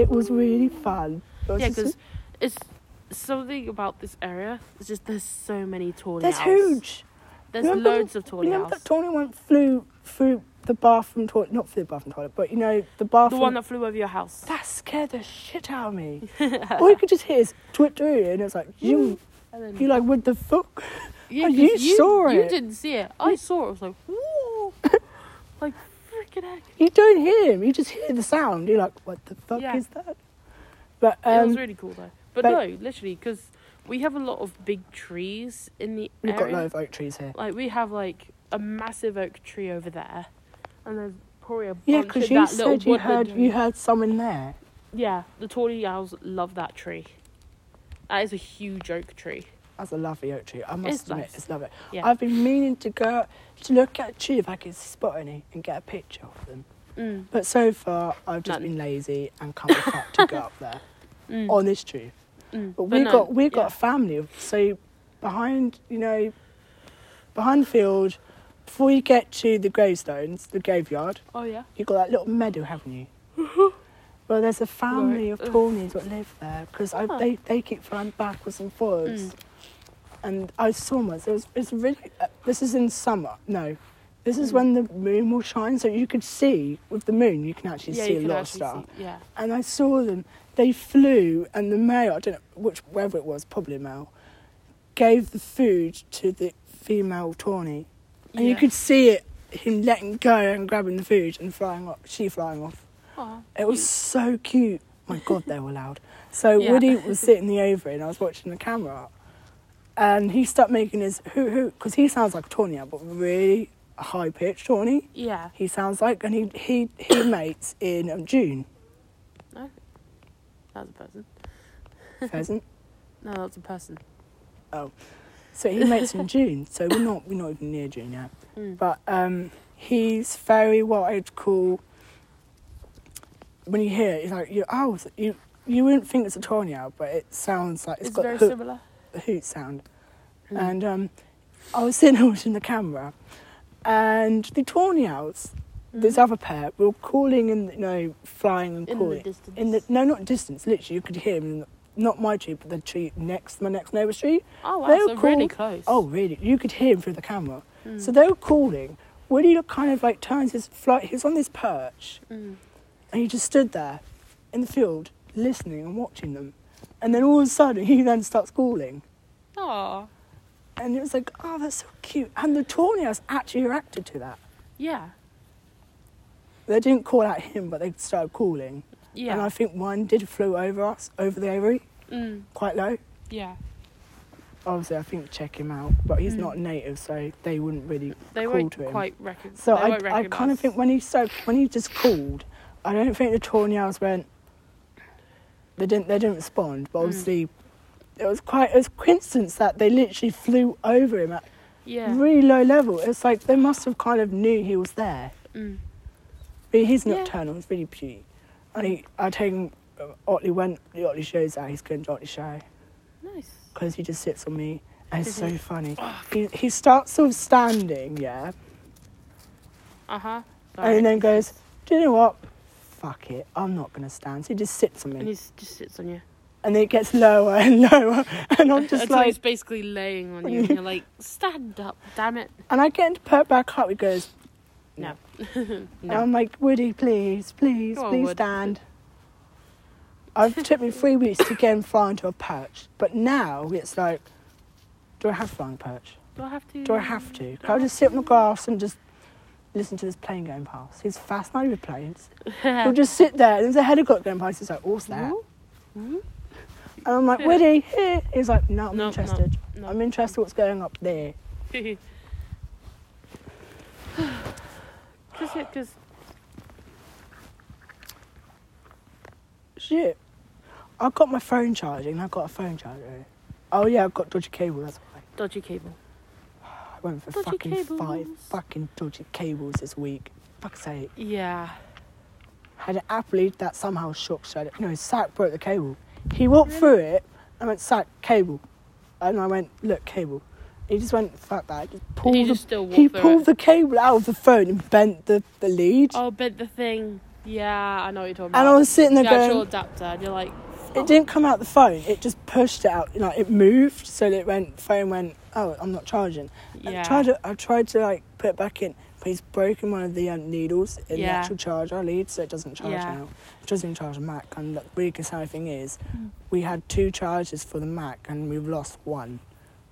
Speaker 2: It was really fun. It was
Speaker 1: Yeah,
Speaker 2: just-
Speaker 1: because it's something about this area. It's just there's so many tornadoes.
Speaker 2: that's huge.
Speaker 1: There's
Speaker 2: Remember
Speaker 1: loads of
Speaker 2: Remember
Speaker 1: tornadoes.
Speaker 2: that tornado one flew through the bathroom toilet, not through the bathroom toilet, but you know the bathroom.
Speaker 1: the one that flew over your house.
Speaker 2: that scared the shit out of me. All you could just hear is twit twit, and it was like, you,
Speaker 1: And then-
Speaker 2: you like, what the fuck?
Speaker 1: Yeah,
Speaker 2: Oh,
Speaker 1: 'cause
Speaker 2: you saw
Speaker 1: You
Speaker 2: it.
Speaker 1: didn't see it. I saw it. I was like, whoa. like, freaking heck.
Speaker 2: You don't hear him, you just hear the sound. You're like, what the fuck
Speaker 1: Yeah.
Speaker 2: is that? But
Speaker 1: it was
Speaker 2: um,
Speaker 1: really cool, though. But,
Speaker 2: but-
Speaker 1: no, literally, because we have a lot of big trees in the
Speaker 2: we've got
Speaker 1: area.
Speaker 2: low of oak trees here.
Speaker 1: Like, we have, like, a massive oak tree over there. And there's probably a bunch
Speaker 2: Yeah,
Speaker 1: of
Speaker 2: because you
Speaker 1: that little
Speaker 2: said you
Speaker 1: woodland
Speaker 2: heard you heard some in there.
Speaker 1: Yeah, the tornadoes love that tree. That is a huge oak tree.
Speaker 2: That's a lovely oak tree. I must
Speaker 1: It's
Speaker 2: admit,
Speaker 1: nice.
Speaker 2: it's lovely.
Speaker 1: Yeah.
Speaker 2: I've been meaning to go to look at a tree if I can spot any and get a picture of them.
Speaker 1: Mm.
Speaker 2: But so far, I've just
Speaker 1: None.
Speaker 2: been lazy and can't be fucked to go up there
Speaker 1: Mm.
Speaker 2: on this tree.
Speaker 1: mm.
Speaker 2: But we
Speaker 1: no,
Speaker 2: got we got
Speaker 1: yeah.
Speaker 2: a family. of- So behind you know, behind the field, before you get to the gravestones, the graveyard,
Speaker 1: Oh, yeah?
Speaker 2: you've got that little meadow, haven't you? well, there's a family
Speaker 1: Mm-hmm. Right.
Speaker 2: of Tawneys that live there because
Speaker 1: Ah.
Speaker 2: they, they keep flying backwards and forwards.
Speaker 1: Mm.
Speaker 2: And I saw once, it was, it's really, uh, this is in summer, no, this
Speaker 1: Mm.
Speaker 2: is when the moon will shine, so you could see, with the moon, you can actually
Speaker 1: yeah,
Speaker 2: see
Speaker 1: you
Speaker 2: a
Speaker 1: can
Speaker 2: lot of
Speaker 1: actually
Speaker 2: stuff.
Speaker 1: see- Yeah.
Speaker 2: And I saw them, they flew, and the male, I don't know which, whether it was, probably male, gave the food to the female Tawny. And you
Speaker 1: Yeah.
Speaker 2: could see it, him letting go and grabbing the food and flying off, she flying off.
Speaker 1: Aw.
Speaker 2: It was so cute. My God, they were loud. So
Speaker 1: Yeah.
Speaker 2: Woody was sitting in the ovary and I was watching the camera. And he started making his hoo hoo, because he sounds like a tawny, but really high pitched tawny.
Speaker 1: Yeah.
Speaker 2: He sounds like, and he, he, he mates in um, June,
Speaker 1: No. That's a person.
Speaker 2: pheasant.
Speaker 1: No, that's a person.
Speaker 2: So he mates in June. So we're not we're not even near June yet.
Speaker 1: Mm.
Speaker 2: But um, he's very what I'd call. When you hear it, you're like you oh it's- you you wouldn't think it's a tornado, but it sounds like
Speaker 1: It's,
Speaker 2: got
Speaker 1: very Mm.
Speaker 2: hoot,
Speaker 1: similar.
Speaker 2: hoot sound. And um, I was sitting watching the camera, and the tornadoes this other pair were calling and you know flying and
Speaker 1: Mm-hmm. Mm. in the
Speaker 2: calling
Speaker 1: distance.
Speaker 2: in the no not distance literally you could hear them in the- not my tree but the tree next my next neighbour's tree
Speaker 1: oh, wow,
Speaker 2: they
Speaker 1: so
Speaker 2: were
Speaker 1: really
Speaker 2: called-
Speaker 1: close.
Speaker 2: oh really you could hear him through the camera
Speaker 1: Mm.
Speaker 2: so they were calling Woody look- kind of like turns his flight he was on this perch
Speaker 1: Mm.
Speaker 2: and he just stood there in the field listening and watching them and then all of a sudden he then starts calling
Speaker 1: Aw.
Speaker 2: and it was like oh that's so cute and the tornadoes actually reacted to that
Speaker 1: Yeah.
Speaker 2: they didn't call out him but they started calling
Speaker 1: Yeah.
Speaker 2: and I think one did flew over us, over the aviary,
Speaker 1: mm.
Speaker 2: quite low.
Speaker 1: Yeah.
Speaker 2: Obviously, I think check him out, but he's
Speaker 1: Mm.
Speaker 2: not native, so they wouldn't really
Speaker 1: They
Speaker 2: call
Speaker 1: won't
Speaker 2: to him.
Speaker 1: quite recognize.
Speaker 2: so
Speaker 1: they
Speaker 2: I,
Speaker 1: won't
Speaker 2: I kind of
Speaker 1: recognise.
Speaker 2: think when he so when he just called, I don't think the tornadoes went. They didn't. They didn't respond, but
Speaker 1: Mm.
Speaker 2: obviously. It was quite it was coincidence that they literally flew over him at
Speaker 1: Yeah.
Speaker 2: really low level. It's like they must have kind of knew he was there.
Speaker 1: Mm.
Speaker 2: But he's
Speaker 1: Yeah.
Speaker 2: nocturnal. He's really cute. And he, I take him. uh, Otley went. The Otley shows out. He's going to Otley show
Speaker 1: Nice.
Speaker 2: because he just sits on me, and it's so funny. He, he starts sort of standing, yeah,
Speaker 1: Uh huh.
Speaker 2: and then goes, "Do you know what? Fuck it, I'm not gonna stand." So he just sits on
Speaker 1: And
Speaker 2: me,
Speaker 1: he just sits on you.
Speaker 2: and then it gets lower and lower, and I'm just
Speaker 1: Until he's
Speaker 2: like,
Speaker 1: basically laying on you, and you're like, "Stand up, damn it!"
Speaker 2: and I get him to perk back up. He goes,
Speaker 1: No,
Speaker 2: and
Speaker 1: no.
Speaker 2: I'm like, Woody, please, please,
Speaker 1: Go on,
Speaker 2: please
Speaker 1: Wood."
Speaker 2: stand. I've took me three weeks to get him flying to a perch, but now it's like, do I have flying perch?
Speaker 1: do I have to?
Speaker 2: Do I have to? Can I just sit on the grass and just listen to this plane going past? He's fascinated with planes. He'll just sit there. There's a helicopter going past. He's like, what's that?
Speaker 1: Ooh, ooh.
Speaker 2: And I'm like, Woody, here. He's like, no, I'm
Speaker 1: No, no,
Speaker 2: interested.
Speaker 1: no.
Speaker 2: I'm interested what's going up there.
Speaker 1: Because because
Speaker 2: Shit. I got my phone charging. I got a phone charger. Oh, yeah, I've got dodgy cable. That's why.
Speaker 1: dodgy cable.
Speaker 2: I went for
Speaker 1: Dodgy
Speaker 2: fucking five
Speaker 1: cables.
Speaker 2: fucking dodgy cables this week. Fuck's sake.
Speaker 1: Yeah.
Speaker 2: Had an Apple lead that somehow shook. So I don't- no, Sack broke the cable. He walked through it. I went, Sack, cable. And I went, look, cable. He just went, fuck that. Just pulled
Speaker 1: he
Speaker 2: the,
Speaker 1: just still
Speaker 2: he
Speaker 1: walked through
Speaker 2: pulled
Speaker 1: it.
Speaker 2: the cable out of the phone and bent the, the lead.
Speaker 1: Oh, but the thing. Yeah, I know what you're talking about.
Speaker 2: and I was sitting
Speaker 1: the
Speaker 2: there
Speaker 1: actual
Speaker 2: going,
Speaker 1: adapter, and you're like,
Speaker 2: it didn't come out the phone. It just pushed it out. Like, it moved. So that it went, phone went, oh, I'm not charging.
Speaker 1: yeah.
Speaker 2: I tried to, I tried to like put it back in, but he's broken one of the um, needles in the
Speaker 1: Yeah.
Speaker 2: actual charger lead, so it doesn't charge
Speaker 1: Yeah.
Speaker 2: now. It doesn't charge a Mac, and the really concerning thing is,
Speaker 1: Mm.
Speaker 2: we had two chargers for the Mac, and we've lost one.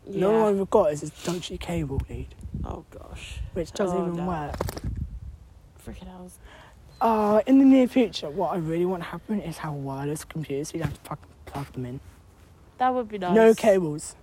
Speaker 1: yeah.
Speaker 2: The only one we've got is this dodgy cable lead,
Speaker 1: Oh gosh.
Speaker 2: which doesn't
Speaker 1: Oh,
Speaker 2: even
Speaker 1: no.
Speaker 2: work.
Speaker 1: Freaking hours.
Speaker 2: Uh, in the near future, what I really want to happen is have wireless computers. so you don't have to fucking plug them in.
Speaker 1: That would be nice.
Speaker 2: No cables.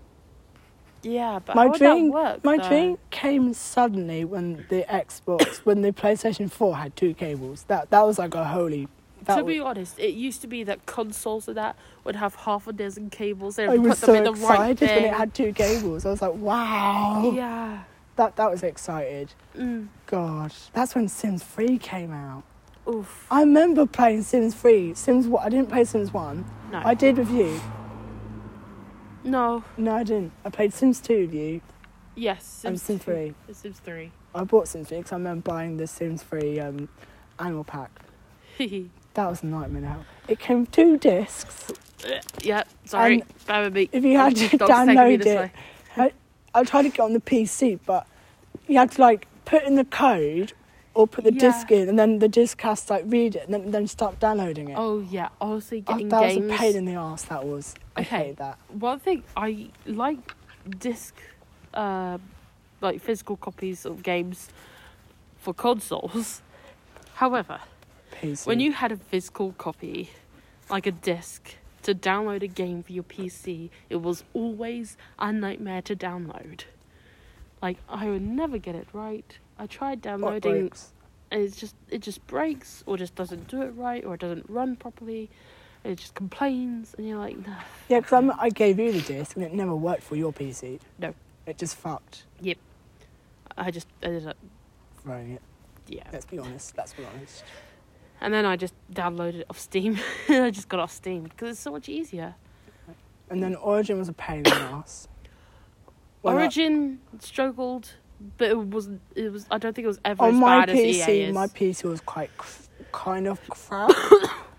Speaker 1: Yeah, but
Speaker 2: My
Speaker 1: how would
Speaker 2: dream-
Speaker 1: that work?
Speaker 2: My
Speaker 1: though?
Speaker 2: dream came suddenly when the Xbox, when the PlayStation 4 had two cables. That that was like a holy. That
Speaker 1: to
Speaker 2: was,
Speaker 1: be honest, it used to be that consoles of that would have half a dozen cables. They
Speaker 2: I
Speaker 1: would
Speaker 2: was
Speaker 1: put
Speaker 2: so
Speaker 1: them in the
Speaker 2: excited
Speaker 1: right thing.
Speaker 2: when it had Oh. two cables. I was like, wow.
Speaker 1: yeah.
Speaker 2: That that was excited.
Speaker 1: Mm.
Speaker 2: God, that's when Sims 3 came out.
Speaker 1: Oof.
Speaker 2: I remember playing Sims 3. Sims 1. I didn't play Sims 1.
Speaker 1: No.
Speaker 2: I did with you.
Speaker 1: no.
Speaker 2: No, I didn't. I played Sims 2 with you
Speaker 1: Yes.
Speaker 2: and
Speaker 1: Sims
Speaker 2: Sims 3.
Speaker 1: The Sims 3.
Speaker 2: I bought Sims 3 because I remember buying the Sims 3 um, annual pack. That was a nightmare. Now it came with two discs.
Speaker 1: yep. Sorry.
Speaker 2: And
Speaker 1: Bear with me.
Speaker 2: If you had
Speaker 1: Oh,
Speaker 2: to
Speaker 1: dog's taking me
Speaker 2: download
Speaker 1: this
Speaker 2: it,
Speaker 1: way.
Speaker 2: I, I tried to get on the PC, but you had to like put in the code or put the
Speaker 1: Yeah.
Speaker 2: disc in, and then the disc has to like read it and then, then start downloading it.
Speaker 1: Oh yeah. Also
Speaker 2: Oh,
Speaker 1: getting
Speaker 2: that
Speaker 1: games.
Speaker 2: was a pain in the ass. That was. I
Speaker 1: Okay.
Speaker 2: hate that.
Speaker 1: One thing I like disc, uh, like physical copies of games for consoles. However,
Speaker 2: PC.
Speaker 1: When you had a physical copy, like a disc, to download a game for your PC, it was always a nightmare to download. Like I would never get it right. I tried
Speaker 2: What
Speaker 1: downloading
Speaker 2: breaks?
Speaker 1: and it's just it just breaks or just doesn't do it right or it doesn't run properly. And it just complains and you're like, nah.
Speaker 2: Yeah, because I gave you the disc and it never worked for your PC.
Speaker 1: No.
Speaker 2: It just fucked.
Speaker 1: I just ended up
Speaker 2: Throwing it.
Speaker 1: yeah.
Speaker 2: Let's be honest. Let's be honest.
Speaker 1: And then I just downloaded it off Steam. I just got it off Steam because it's so much easier.
Speaker 2: And then Origin was a pain in the ass. When I-
Speaker 1: Origin struggled but it was it was I don't think it was ever
Speaker 2: On
Speaker 1: as
Speaker 2: my
Speaker 1: bad as EA
Speaker 2: PC,
Speaker 1: is.
Speaker 2: my PC was quite cr- kind of crap,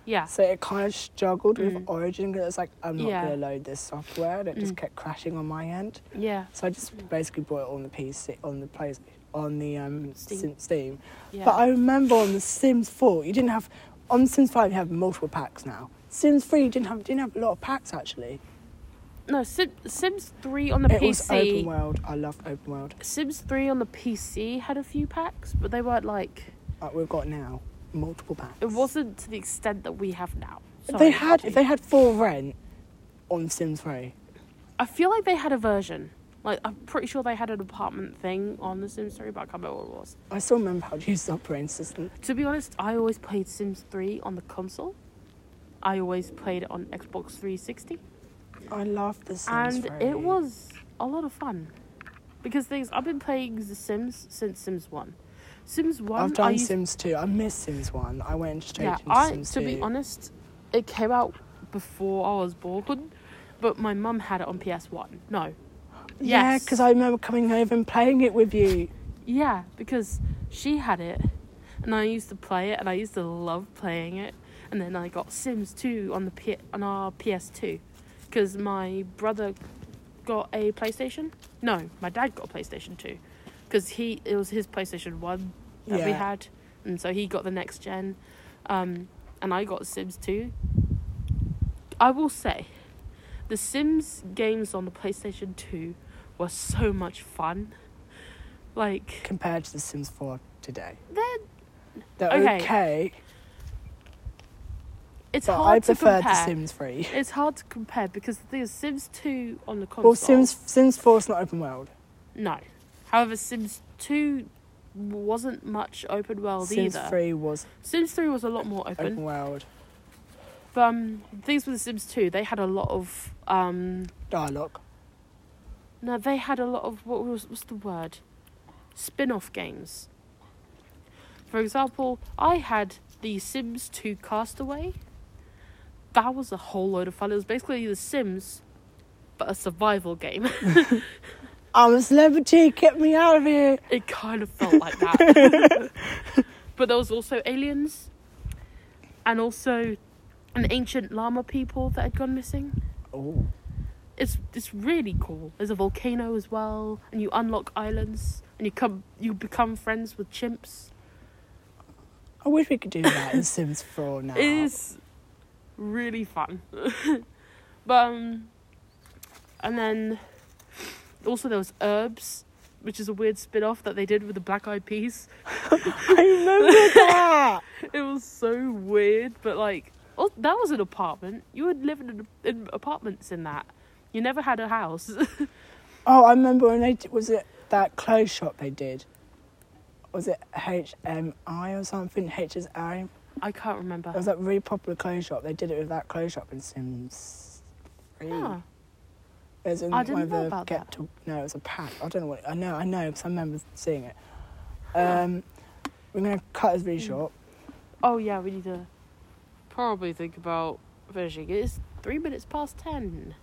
Speaker 1: yeah,
Speaker 2: so it kind of struggled with
Speaker 1: Mm.
Speaker 2: Origin because it was like I'm not
Speaker 1: Yeah.
Speaker 2: gonna load this software, and it just
Speaker 1: Mm.
Speaker 2: kept crashing on my end.
Speaker 1: yeah,
Speaker 2: So I just basically bought it on the PC, on the place, on the um
Speaker 1: Steam.
Speaker 2: Steam. Steam.
Speaker 1: yeah.
Speaker 2: But I remember on the Sims 4, you didn't have on Sims 5 you have multiple packs now. Sims 3 you didn't have didn't have a lot of packs actually.
Speaker 1: no, Sim, Sims three on the
Speaker 2: it
Speaker 1: PC.
Speaker 2: was open world. I love open world.
Speaker 1: Sims 3 on the PC had a few packs, but they weren't like.
Speaker 2: Like we've got now multiple packs.
Speaker 1: It wasn't to the extent that we have now.
Speaker 2: If
Speaker 1: Sorry,
Speaker 2: they had
Speaker 1: Archie.
Speaker 2: if they had full rent on Sims 3.
Speaker 1: I feel like they had a version. Like, I'm pretty sure they had an apartment thing on the Sims 3, but I can't remember what it was.
Speaker 2: I still remember how to use the operating system.
Speaker 1: To be honest, I always played Sims 3 on the console. I always played it on Xbox 360.
Speaker 2: I love the Sims
Speaker 1: and
Speaker 2: 3.
Speaker 1: it was a lot of fun. Because things, I've been playing The Sims since Sims 1. Sims 1,
Speaker 2: I've
Speaker 1: I
Speaker 2: done
Speaker 1: used
Speaker 2: Sims 2. I miss Sims 1. I went straight
Speaker 1: yeah,
Speaker 2: into
Speaker 1: I
Speaker 2: Sims
Speaker 1: to
Speaker 2: 2.
Speaker 1: be honest, it came out before I was born, but my mum had it on PS One. No,
Speaker 2: Yeah,
Speaker 1: yes.
Speaker 2: because I remember coming over and playing it with you.
Speaker 1: yeah, because she had it, and I used to play it, and I used to love playing it, and then I got Sims Two on the P- on our PS Two, because my brother got a PlayStation. No, my dad got a PlayStation Two, because he it was his PlayStation One that we
Speaker 2: Yeah.
Speaker 1: had, and so he got the next gen, um, and I got Sims Two. I will say, the Sims games on the PlayStation Two were so much fun. Like
Speaker 2: compared to The Sims 4 today.
Speaker 1: they're
Speaker 2: They're
Speaker 1: Okay,
Speaker 2: okay,
Speaker 1: it's
Speaker 2: but
Speaker 1: hard
Speaker 2: I
Speaker 1: to
Speaker 2: prefer The
Speaker 1: compare.
Speaker 2: Sims 3.
Speaker 1: It's hard to compare because the thing is, Sims Two on the console.
Speaker 2: Well, Sims Sims 4 is not open world.
Speaker 1: No. However, Sims Two wasn't much open world
Speaker 2: Sims
Speaker 1: either.
Speaker 2: 3 was
Speaker 1: Sims Three was a lot more open.
Speaker 2: open world.
Speaker 1: But um, things with The Sims Two, they had a lot of um,
Speaker 2: Dialogue.
Speaker 1: no, they had a lot of what was what's the word, spin-off games. For example, I had The Sims Two Castaway. That was a whole load of fun. It was basically The Sims, but a survival game.
Speaker 2: I'm a celebrity, get me out of here.
Speaker 1: It kind of felt like that. but there was also aliens, and also an ancient llama people that had gone missing.
Speaker 2: Oh,
Speaker 1: It's it's really cool. There's a volcano as well, and you unlock islands, and you come you become friends with chimps.
Speaker 2: I wish we could do that in Sims 4 now.
Speaker 1: It is really fun. but um, and then also there was herbs, which is a weird spin-off that they did with the Black Eyed Peas.
Speaker 2: I remember that.
Speaker 1: It was so weird, but like, oh, that was an apartment. You would live in, in apartments in that. You never had a house.
Speaker 2: Oh, I remember when they did, was it that clothes shop they did? Was it HMI or something? HSI?
Speaker 1: I can't remember.
Speaker 2: It was that really popular clothes shop. They did it with that clothes shop in Sims 3.
Speaker 1: Ah,
Speaker 2: It was in
Speaker 1: I didn't
Speaker 2: one of
Speaker 1: know
Speaker 2: the
Speaker 1: about
Speaker 2: get
Speaker 1: that.
Speaker 2: To, no, it was a pack. I don't know what. I know, I know, because I remember seeing it.
Speaker 1: Huh. Hmm.
Speaker 2: Um, we're going to cut this really short.
Speaker 1: Oh yeah, we need to probably think about finishing. it. It's three minutes past ten.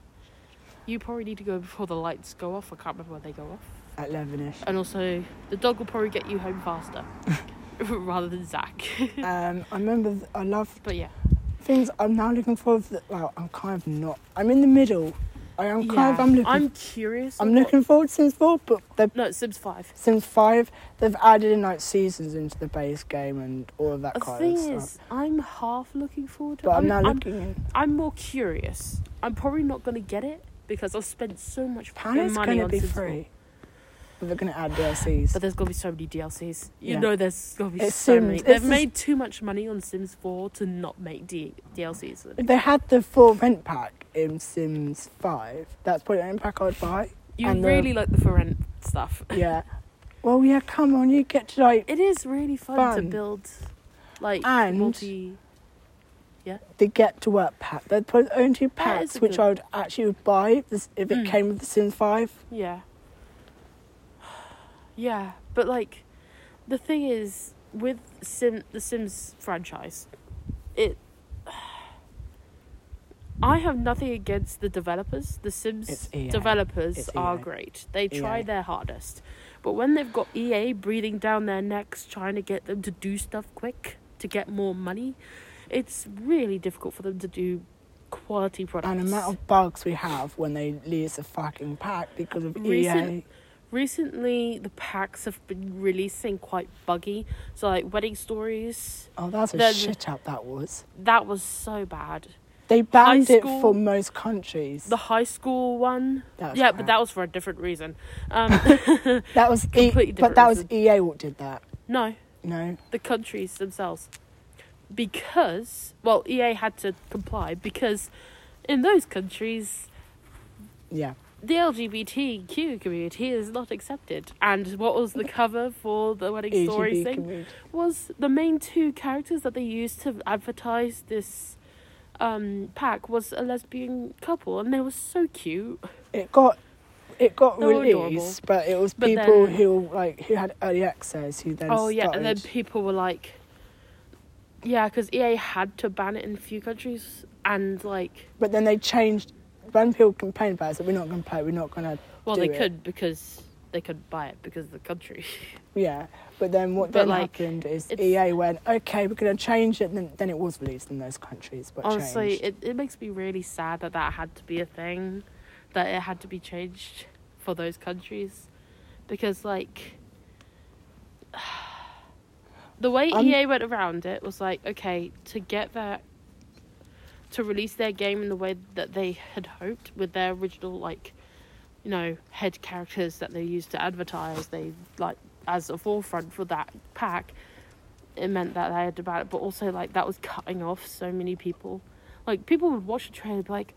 Speaker 1: You probably need to go before the lights go off. I can't remember when they go off.
Speaker 2: At 11 ish.
Speaker 1: And also, the dog will probably get you home faster rather than Zach.
Speaker 2: Um, I remember, th- I love
Speaker 1: but yeah,
Speaker 2: things I'm now looking forward to. Well, I'm kind of not. I'm in the middle. I am
Speaker 1: yeah.
Speaker 2: kind of, I'm looking.
Speaker 1: I'm curious.
Speaker 2: I'm
Speaker 1: of what-
Speaker 2: looking forward to Sims 4, but they're
Speaker 1: No, it's Sims Five.
Speaker 2: Sims Five, they've added in like seasons into the base game and all of that
Speaker 1: The
Speaker 2: kind
Speaker 1: thing
Speaker 2: of stuff.
Speaker 1: is, I'm half looking forward to.
Speaker 2: but I'm,
Speaker 1: I'm,
Speaker 2: now
Speaker 1: I'm-
Speaker 2: looking. in-
Speaker 1: I'm more curious. I'm probably not gonna get it because I've spent so much
Speaker 2: Apparently,
Speaker 1: fucking
Speaker 2: it's
Speaker 1: money
Speaker 2: going to
Speaker 1: on
Speaker 2: be
Speaker 1: Sims four.
Speaker 2: free, but they're going to add DLCs.
Speaker 1: But there's gonna be so many DLCs. You
Speaker 2: Yeah.
Speaker 1: know, there's gonna be
Speaker 2: It's
Speaker 1: so
Speaker 2: Sims.
Speaker 1: many.
Speaker 2: It's
Speaker 1: They've
Speaker 2: just-
Speaker 1: made too much money on Sims 4 to not make D- DLCs.
Speaker 2: they had the full rent pack in Sims Five. That's probably the rent pack I'd buy.
Speaker 1: You
Speaker 2: And the-
Speaker 1: really like the for rent stuff.
Speaker 2: Yeah. well, yeah. Come on, you get to like
Speaker 1: It is really fun,
Speaker 2: Fun.
Speaker 1: to build, like
Speaker 2: And-
Speaker 1: multi.
Speaker 2: the get to work pack. They're probably the only two
Speaker 1: That is
Speaker 2: packs
Speaker 1: a
Speaker 2: which
Speaker 1: good-
Speaker 2: I would actually would buy this, if it
Speaker 1: Mm.
Speaker 2: came with the Sims Five.
Speaker 1: Yeah. Yeah, but like, the thing is with Sim the Sims franchise, it I have nothing against the developers. The Sims
Speaker 2: It's EA.
Speaker 1: developers
Speaker 2: It's
Speaker 1: are
Speaker 2: EA.
Speaker 1: great. They try
Speaker 2: EA.
Speaker 1: their hardest. But when they've got EA breathing down their necks trying to get them to do stuff quick to get more money, it's really difficult for them to do quality products.
Speaker 2: And the amount of bugs we have when they leave the fucking pack because of E
Speaker 1: Recent-
Speaker 2: EA.
Speaker 1: Recently, the packs have been releasing quite buggy. So, like Wedding Stories,
Speaker 2: Oh, that's a
Speaker 1: There's-
Speaker 2: shit up that was.
Speaker 1: that was so bad.
Speaker 2: They banned
Speaker 1: High
Speaker 2: it
Speaker 1: school-
Speaker 2: for most countries.
Speaker 1: The high school one,
Speaker 2: That was
Speaker 1: yeah,
Speaker 2: crap.
Speaker 1: but that was for a different reason. Um,
Speaker 2: that was E-
Speaker 1: completely
Speaker 2: but
Speaker 1: different
Speaker 2: that was
Speaker 1: reason.
Speaker 2: EA what did that.
Speaker 1: no,
Speaker 2: No,
Speaker 1: the countries themselves because well EA had to comply because in those countries
Speaker 2: yeah,
Speaker 1: the LGBTQ community is not accepted and what was the cover for the
Speaker 2: E
Speaker 1: wedding story
Speaker 2: EGB
Speaker 1: thing
Speaker 2: can read.
Speaker 1: was the main two characters that they used to advertise this um pack was a lesbian couple and they were so cute
Speaker 2: It got it got
Speaker 1: They were
Speaker 2: released,
Speaker 1: adorable.
Speaker 2: but it was
Speaker 1: But
Speaker 2: people
Speaker 1: then-
Speaker 2: who like who had early access who then
Speaker 1: oh yeah
Speaker 2: started.
Speaker 1: and then people were like yeah because ea had to ban it in a few countries and like
Speaker 2: But then they changed. When people complained about it, so we're not going to play. We're not going to.
Speaker 1: Well,
Speaker 2: do
Speaker 1: they
Speaker 2: it.
Speaker 1: could because they could buy it because of the country.
Speaker 2: Yeah, but then what
Speaker 1: But,
Speaker 2: then
Speaker 1: like,
Speaker 2: happened is
Speaker 1: it's-
Speaker 2: EA went, okay, we're going to change it. And then, then it was released in those countries, but
Speaker 1: Honestly,
Speaker 2: changed.
Speaker 1: it, it makes me really sad that that had to be a thing, that it had to be changed for those countries, because like the way
Speaker 2: I'm-
Speaker 1: EA went around it was like okay to get their to release their game in the way that they had hoped with their original like you know head characters that they used to advertise they like as a forefront for that pack it meant that they had to ban it but also like that was cutting off so many people like people would watch the trailer and be like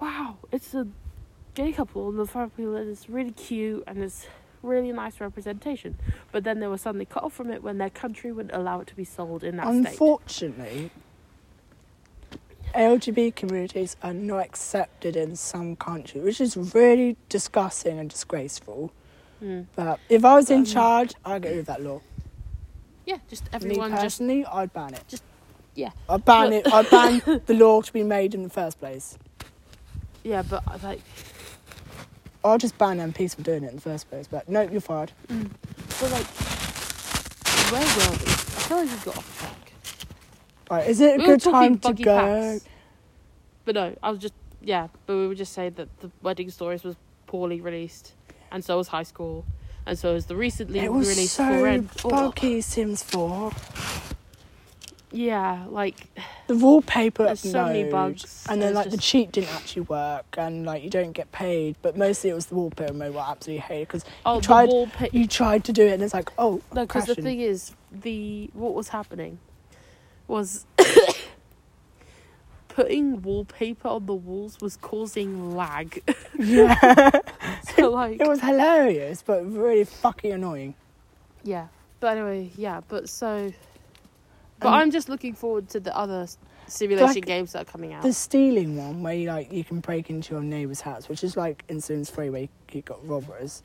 Speaker 1: wow it's a gay couple and the front people and it's really cute and it's really nice representation but then they were suddenly cut off from it when their country wouldn't allow it to be sold in that state
Speaker 2: Unfortunately, LGBT communities are not accepted in some countries, which is really disgusting and disgraceful.
Speaker 1: Mm.
Speaker 2: But if I was in
Speaker 1: Um,
Speaker 2: charge, I'd get rid of that law.
Speaker 1: yeah just everyone
Speaker 2: Me
Speaker 1: just
Speaker 2: personally, I'd ban it.
Speaker 1: just- yeah.
Speaker 2: I'd ban it. I'd ban the law to be made in the first place.
Speaker 1: yeah but uh, like
Speaker 2: I'll just ban MPs from doing it in the first place. But nope, you're fired.
Speaker 1: mm. but like where were we i feel like we got off track
Speaker 2: Right, is it a
Speaker 1: we were
Speaker 2: good
Speaker 1: talking
Speaker 2: time to
Speaker 1: buggy
Speaker 2: go?
Speaker 1: packs. But no, I was just yeah, but we were just saying that the wedding stories was poorly released, and so was High School, and so was the recently
Speaker 2: It was
Speaker 1: released
Speaker 2: so
Speaker 1: Red. Oh,
Speaker 2: buggy, Sims 4.
Speaker 1: yeah, like
Speaker 2: The wallpaper
Speaker 1: There's so many
Speaker 2: upload,
Speaker 1: bugs,
Speaker 2: And then,
Speaker 1: and
Speaker 2: like,
Speaker 1: it's
Speaker 2: the
Speaker 1: just-
Speaker 2: cheat didn't actually work, and, like, you don't get paid. But mostly it was the wallpaper mode what I absolutely hated because
Speaker 1: oh
Speaker 2: you,
Speaker 1: the
Speaker 2: tried,
Speaker 1: wallpaper.
Speaker 2: you tried to do it, and it's like, oh,
Speaker 1: No, because the
Speaker 2: crashing.
Speaker 1: thing is, the what was happening was putting wallpaper on the walls was causing lag.
Speaker 2: Yeah.
Speaker 1: so like
Speaker 2: it was hilarious, but really fucking annoying.
Speaker 1: yeah. But anyway, yeah. But so, but
Speaker 2: Um,
Speaker 1: I'm just looking forward to the other s- simulation
Speaker 2: Like,
Speaker 1: games that are coming out.
Speaker 2: The stealing one, where you, like, you can break into your neighbour's house, which is like in Sims 3, where you, you got robbers.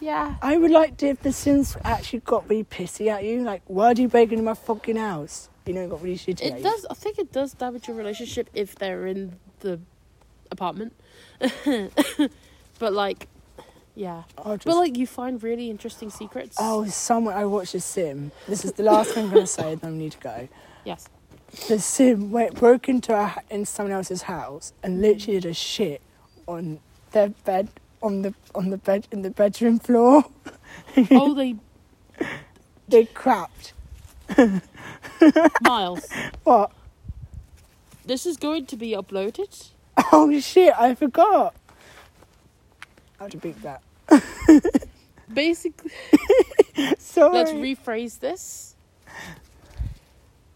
Speaker 1: yeah.
Speaker 2: I would like to if the Sims actually got really pissy at you. Like, why do you break into my fucking house? You know, it got really shitty. at
Speaker 1: It
Speaker 2: you.
Speaker 1: does. I think it does damage your relationship if they're in the apartment. but like, yeah.
Speaker 2: I'll just-
Speaker 1: But like, you find really interesting secrets.
Speaker 2: oh, someone. I watched a Sim. This is the last thing I'm gonna say. Then I need to go.
Speaker 1: yes.
Speaker 2: The Sim went broke into a, in someone else's house and literally did a shit on their bed on the on the bed in the bedroom floor.
Speaker 1: Oh, they
Speaker 2: They crapped.
Speaker 1: Miles.
Speaker 2: What?
Speaker 1: This is going to be uploaded.
Speaker 2: Oh shit! I forgot. I have to beat that.
Speaker 1: Basically,
Speaker 2: Sorry.
Speaker 1: let's rephrase this.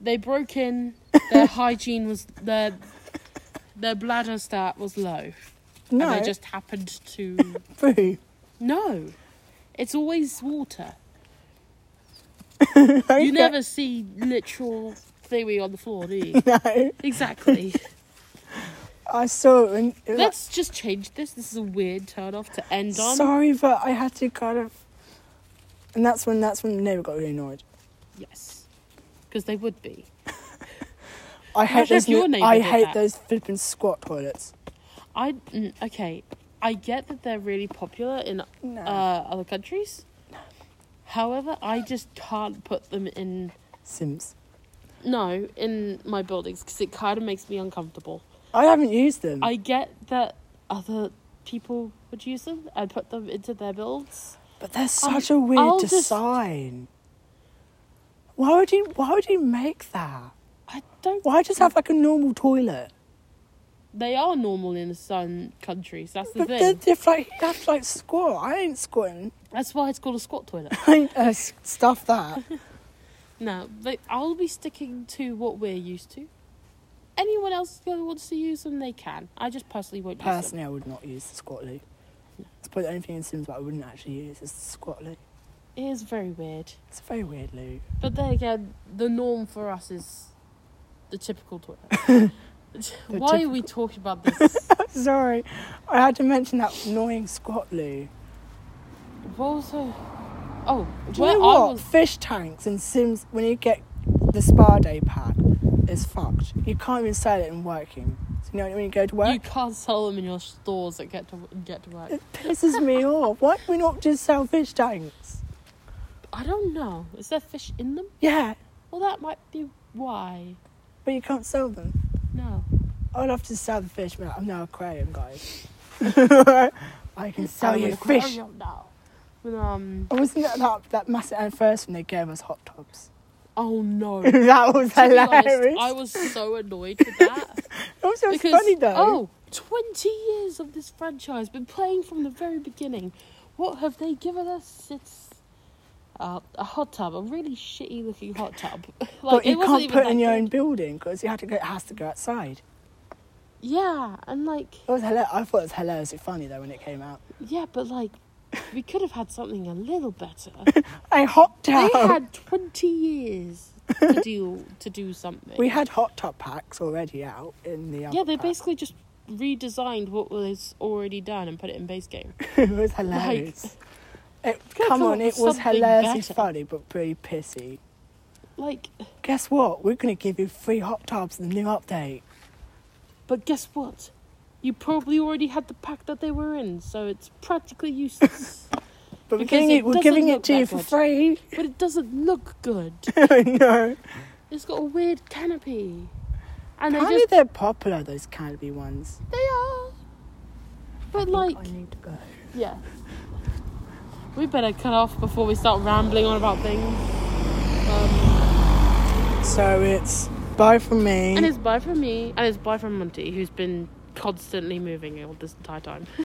Speaker 1: They broke in. Their hygiene was their their bladder stat was low,
Speaker 2: no.
Speaker 1: and they just happened to
Speaker 2: Boo.
Speaker 1: no. It's always water.
Speaker 2: Okay.
Speaker 1: You never see literal theory on the floor, do you?
Speaker 2: No.
Speaker 1: exactly.
Speaker 2: I saw it when it was
Speaker 1: Let's just change this. This is a weird turn off to end on.
Speaker 2: Sorry, but I had to kind of. And that's when that's when the neighbour got really annoyed.
Speaker 1: Yes. Because they would be.
Speaker 2: I hate
Speaker 1: Imagine if
Speaker 2: those.
Speaker 1: your
Speaker 2: li-
Speaker 1: neighbour
Speaker 2: I
Speaker 1: did
Speaker 2: hate
Speaker 1: that.
Speaker 2: those flipping squat toilets.
Speaker 1: I mm, okay. I get that they're really popular in
Speaker 2: No.
Speaker 1: uh, other countries. However, I just can't put them in
Speaker 2: Sims.
Speaker 1: no in my buildings because it kind of makes me uncomfortable.
Speaker 2: I haven't used them.
Speaker 1: I get that other people would use them and put them into their builds.
Speaker 2: but they're
Speaker 1: I'll-
Speaker 2: such a weird
Speaker 1: I'll just-
Speaker 2: design. Why would you? Why would you make that?
Speaker 1: I don't.
Speaker 2: Why just have like a normal toilet?
Speaker 1: They are normal in some countries. That's the
Speaker 2: But
Speaker 1: thing.
Speaker 2: they're, they're like that's like squat. I ain't squatting.
Speaker 1: That's why it's called a squat toilet.
Speaker 2: I ain't uh, s- stuff that.
Speaker 1: No, they, I'll be sticking to what we're used to. Anyone else who wants to use them, they can. I just personally won't use them.
Speaker 2: Personally, I would not use the squat loop. It's probably the only thing in Sims that I wouldn't actually use is the squat loop.
Speaker 1: It is very weird.
Speaker 2: It's a very weird loop.
Speaker 1: But then again, the norm for us is the typical toilet. Why are we talking about this?
Speaker 2: Sorry, I had to mention that annoying squat loo.
Speaker 1: what was I... Oh,
Speaker 2: Do you
Speaker 1: where I
Speaker 2: know what?
Speaker 1: was...
Speaker 2: Fish tanks in Sims, when you get the spa day pack, it's fucked. You can't even sell it in working. So, you know, when you go to
Speaker 1: You
Speaker 2: work,
Speaker 1: can't sell them in your stores that get to get to work.
Speaker 2: it pisses me off. Why do we not just sell fish tanks?
Speaker 1: I don't know. Is there fish in them?
Speaker 2: Yeah,
Speaker 1: Well, that might be why.
Speaker 2: but you can't sell them.
Speaker 1: No.
Speaker 2: I'd love to sell the fish, but I'm now aquarium, guys. I can sell you fish.
Speaker 1: No. But, um.
Speaker 2: I wasn't that, that that massive and first when they gave us hot tubs.
Speaker 1: Oh no. To
Speaker 2: that was
Speaker 1: be honest,
Speaker 2: hilarious.
Speaker 1: I was so annoyed with that.
Speaker 2: it was so funny though.
Speaker 1: Oh, 20 years of this franchise, been playing from the very beginning. What have they given us? It's uh, a hot tub, a really shitty looking hot tub. like,
Speaker 2: but you can't put
Speaker 1: that
Speaker 2: in your own
Speaker 1: good.
Speaker 2: building because you had to go. It has to go outside.
Speaker 1: Yeah, and like,
Speaker 2: It was hilarious. I thought it was hilariously funny though when it came out.
Speaker 1: yeah, but like, we could have had something a little better.
Speaker 2: A hot
Speaker 1: they
Speaker 2: tub.
Speaker 1: had 20 years to do to do something.
Speaker 2: we had hot tub packs already out in the.
Speaker 1: yeah,
Speaker 2: other
Speaker 1: they
Speaker 2: pack.
Speaker 1: basically just redesigned what was already done and put it in base game.
Speaker 2: it was hilarious. it,
Speaker 1: gotta
Speaker 2: come
Speaker 1: come
Speaker 2: on,
Speaker 1: up
Speaker 2: it
Speaker 1: with
Speaker 2: was
Speaker 1: something
Speaker 2: hilariously
Speaker 1: better.
Speaker 2: funny but pretty pissy.
Speaker 1: Like,
Speaker 2: Guess what? We're going to give you free hot tubs in the new update.
Speaker 1: But guess what? You probably already had the pack that they were in, so it's practically useless.
Speaker 2: But we're
Speaker 1: Because
Speaker 2: giving it,
Speaker 1: it
Speaker 2: we're
Speaker 1: doesn't
Speaker 2: giving it
Speaker 1: look
Speaker 2: to you
Speaker 1: that
Speaker 2: for
Speaker 1: much.
Speaker 2: free.
Speaker 1: but it doesn't look good.
Speaker 2: no.
Speaker 1: It's got a weird canopy. And they
Speaker 2: Apparently
Speaker 1: just.
Speaker 2: they're popular, those canopy ones.
Speaker 1: They are. But, like,
Speaker 2: I need to go.
Speaker 1: yeah. We better cut off before we start rambling on about things. Um,
Speaker 2: So it's bye from me.
Speaker 1: and it's bye from me, and it's bye from Monty, who's been constantly moving all this entire time.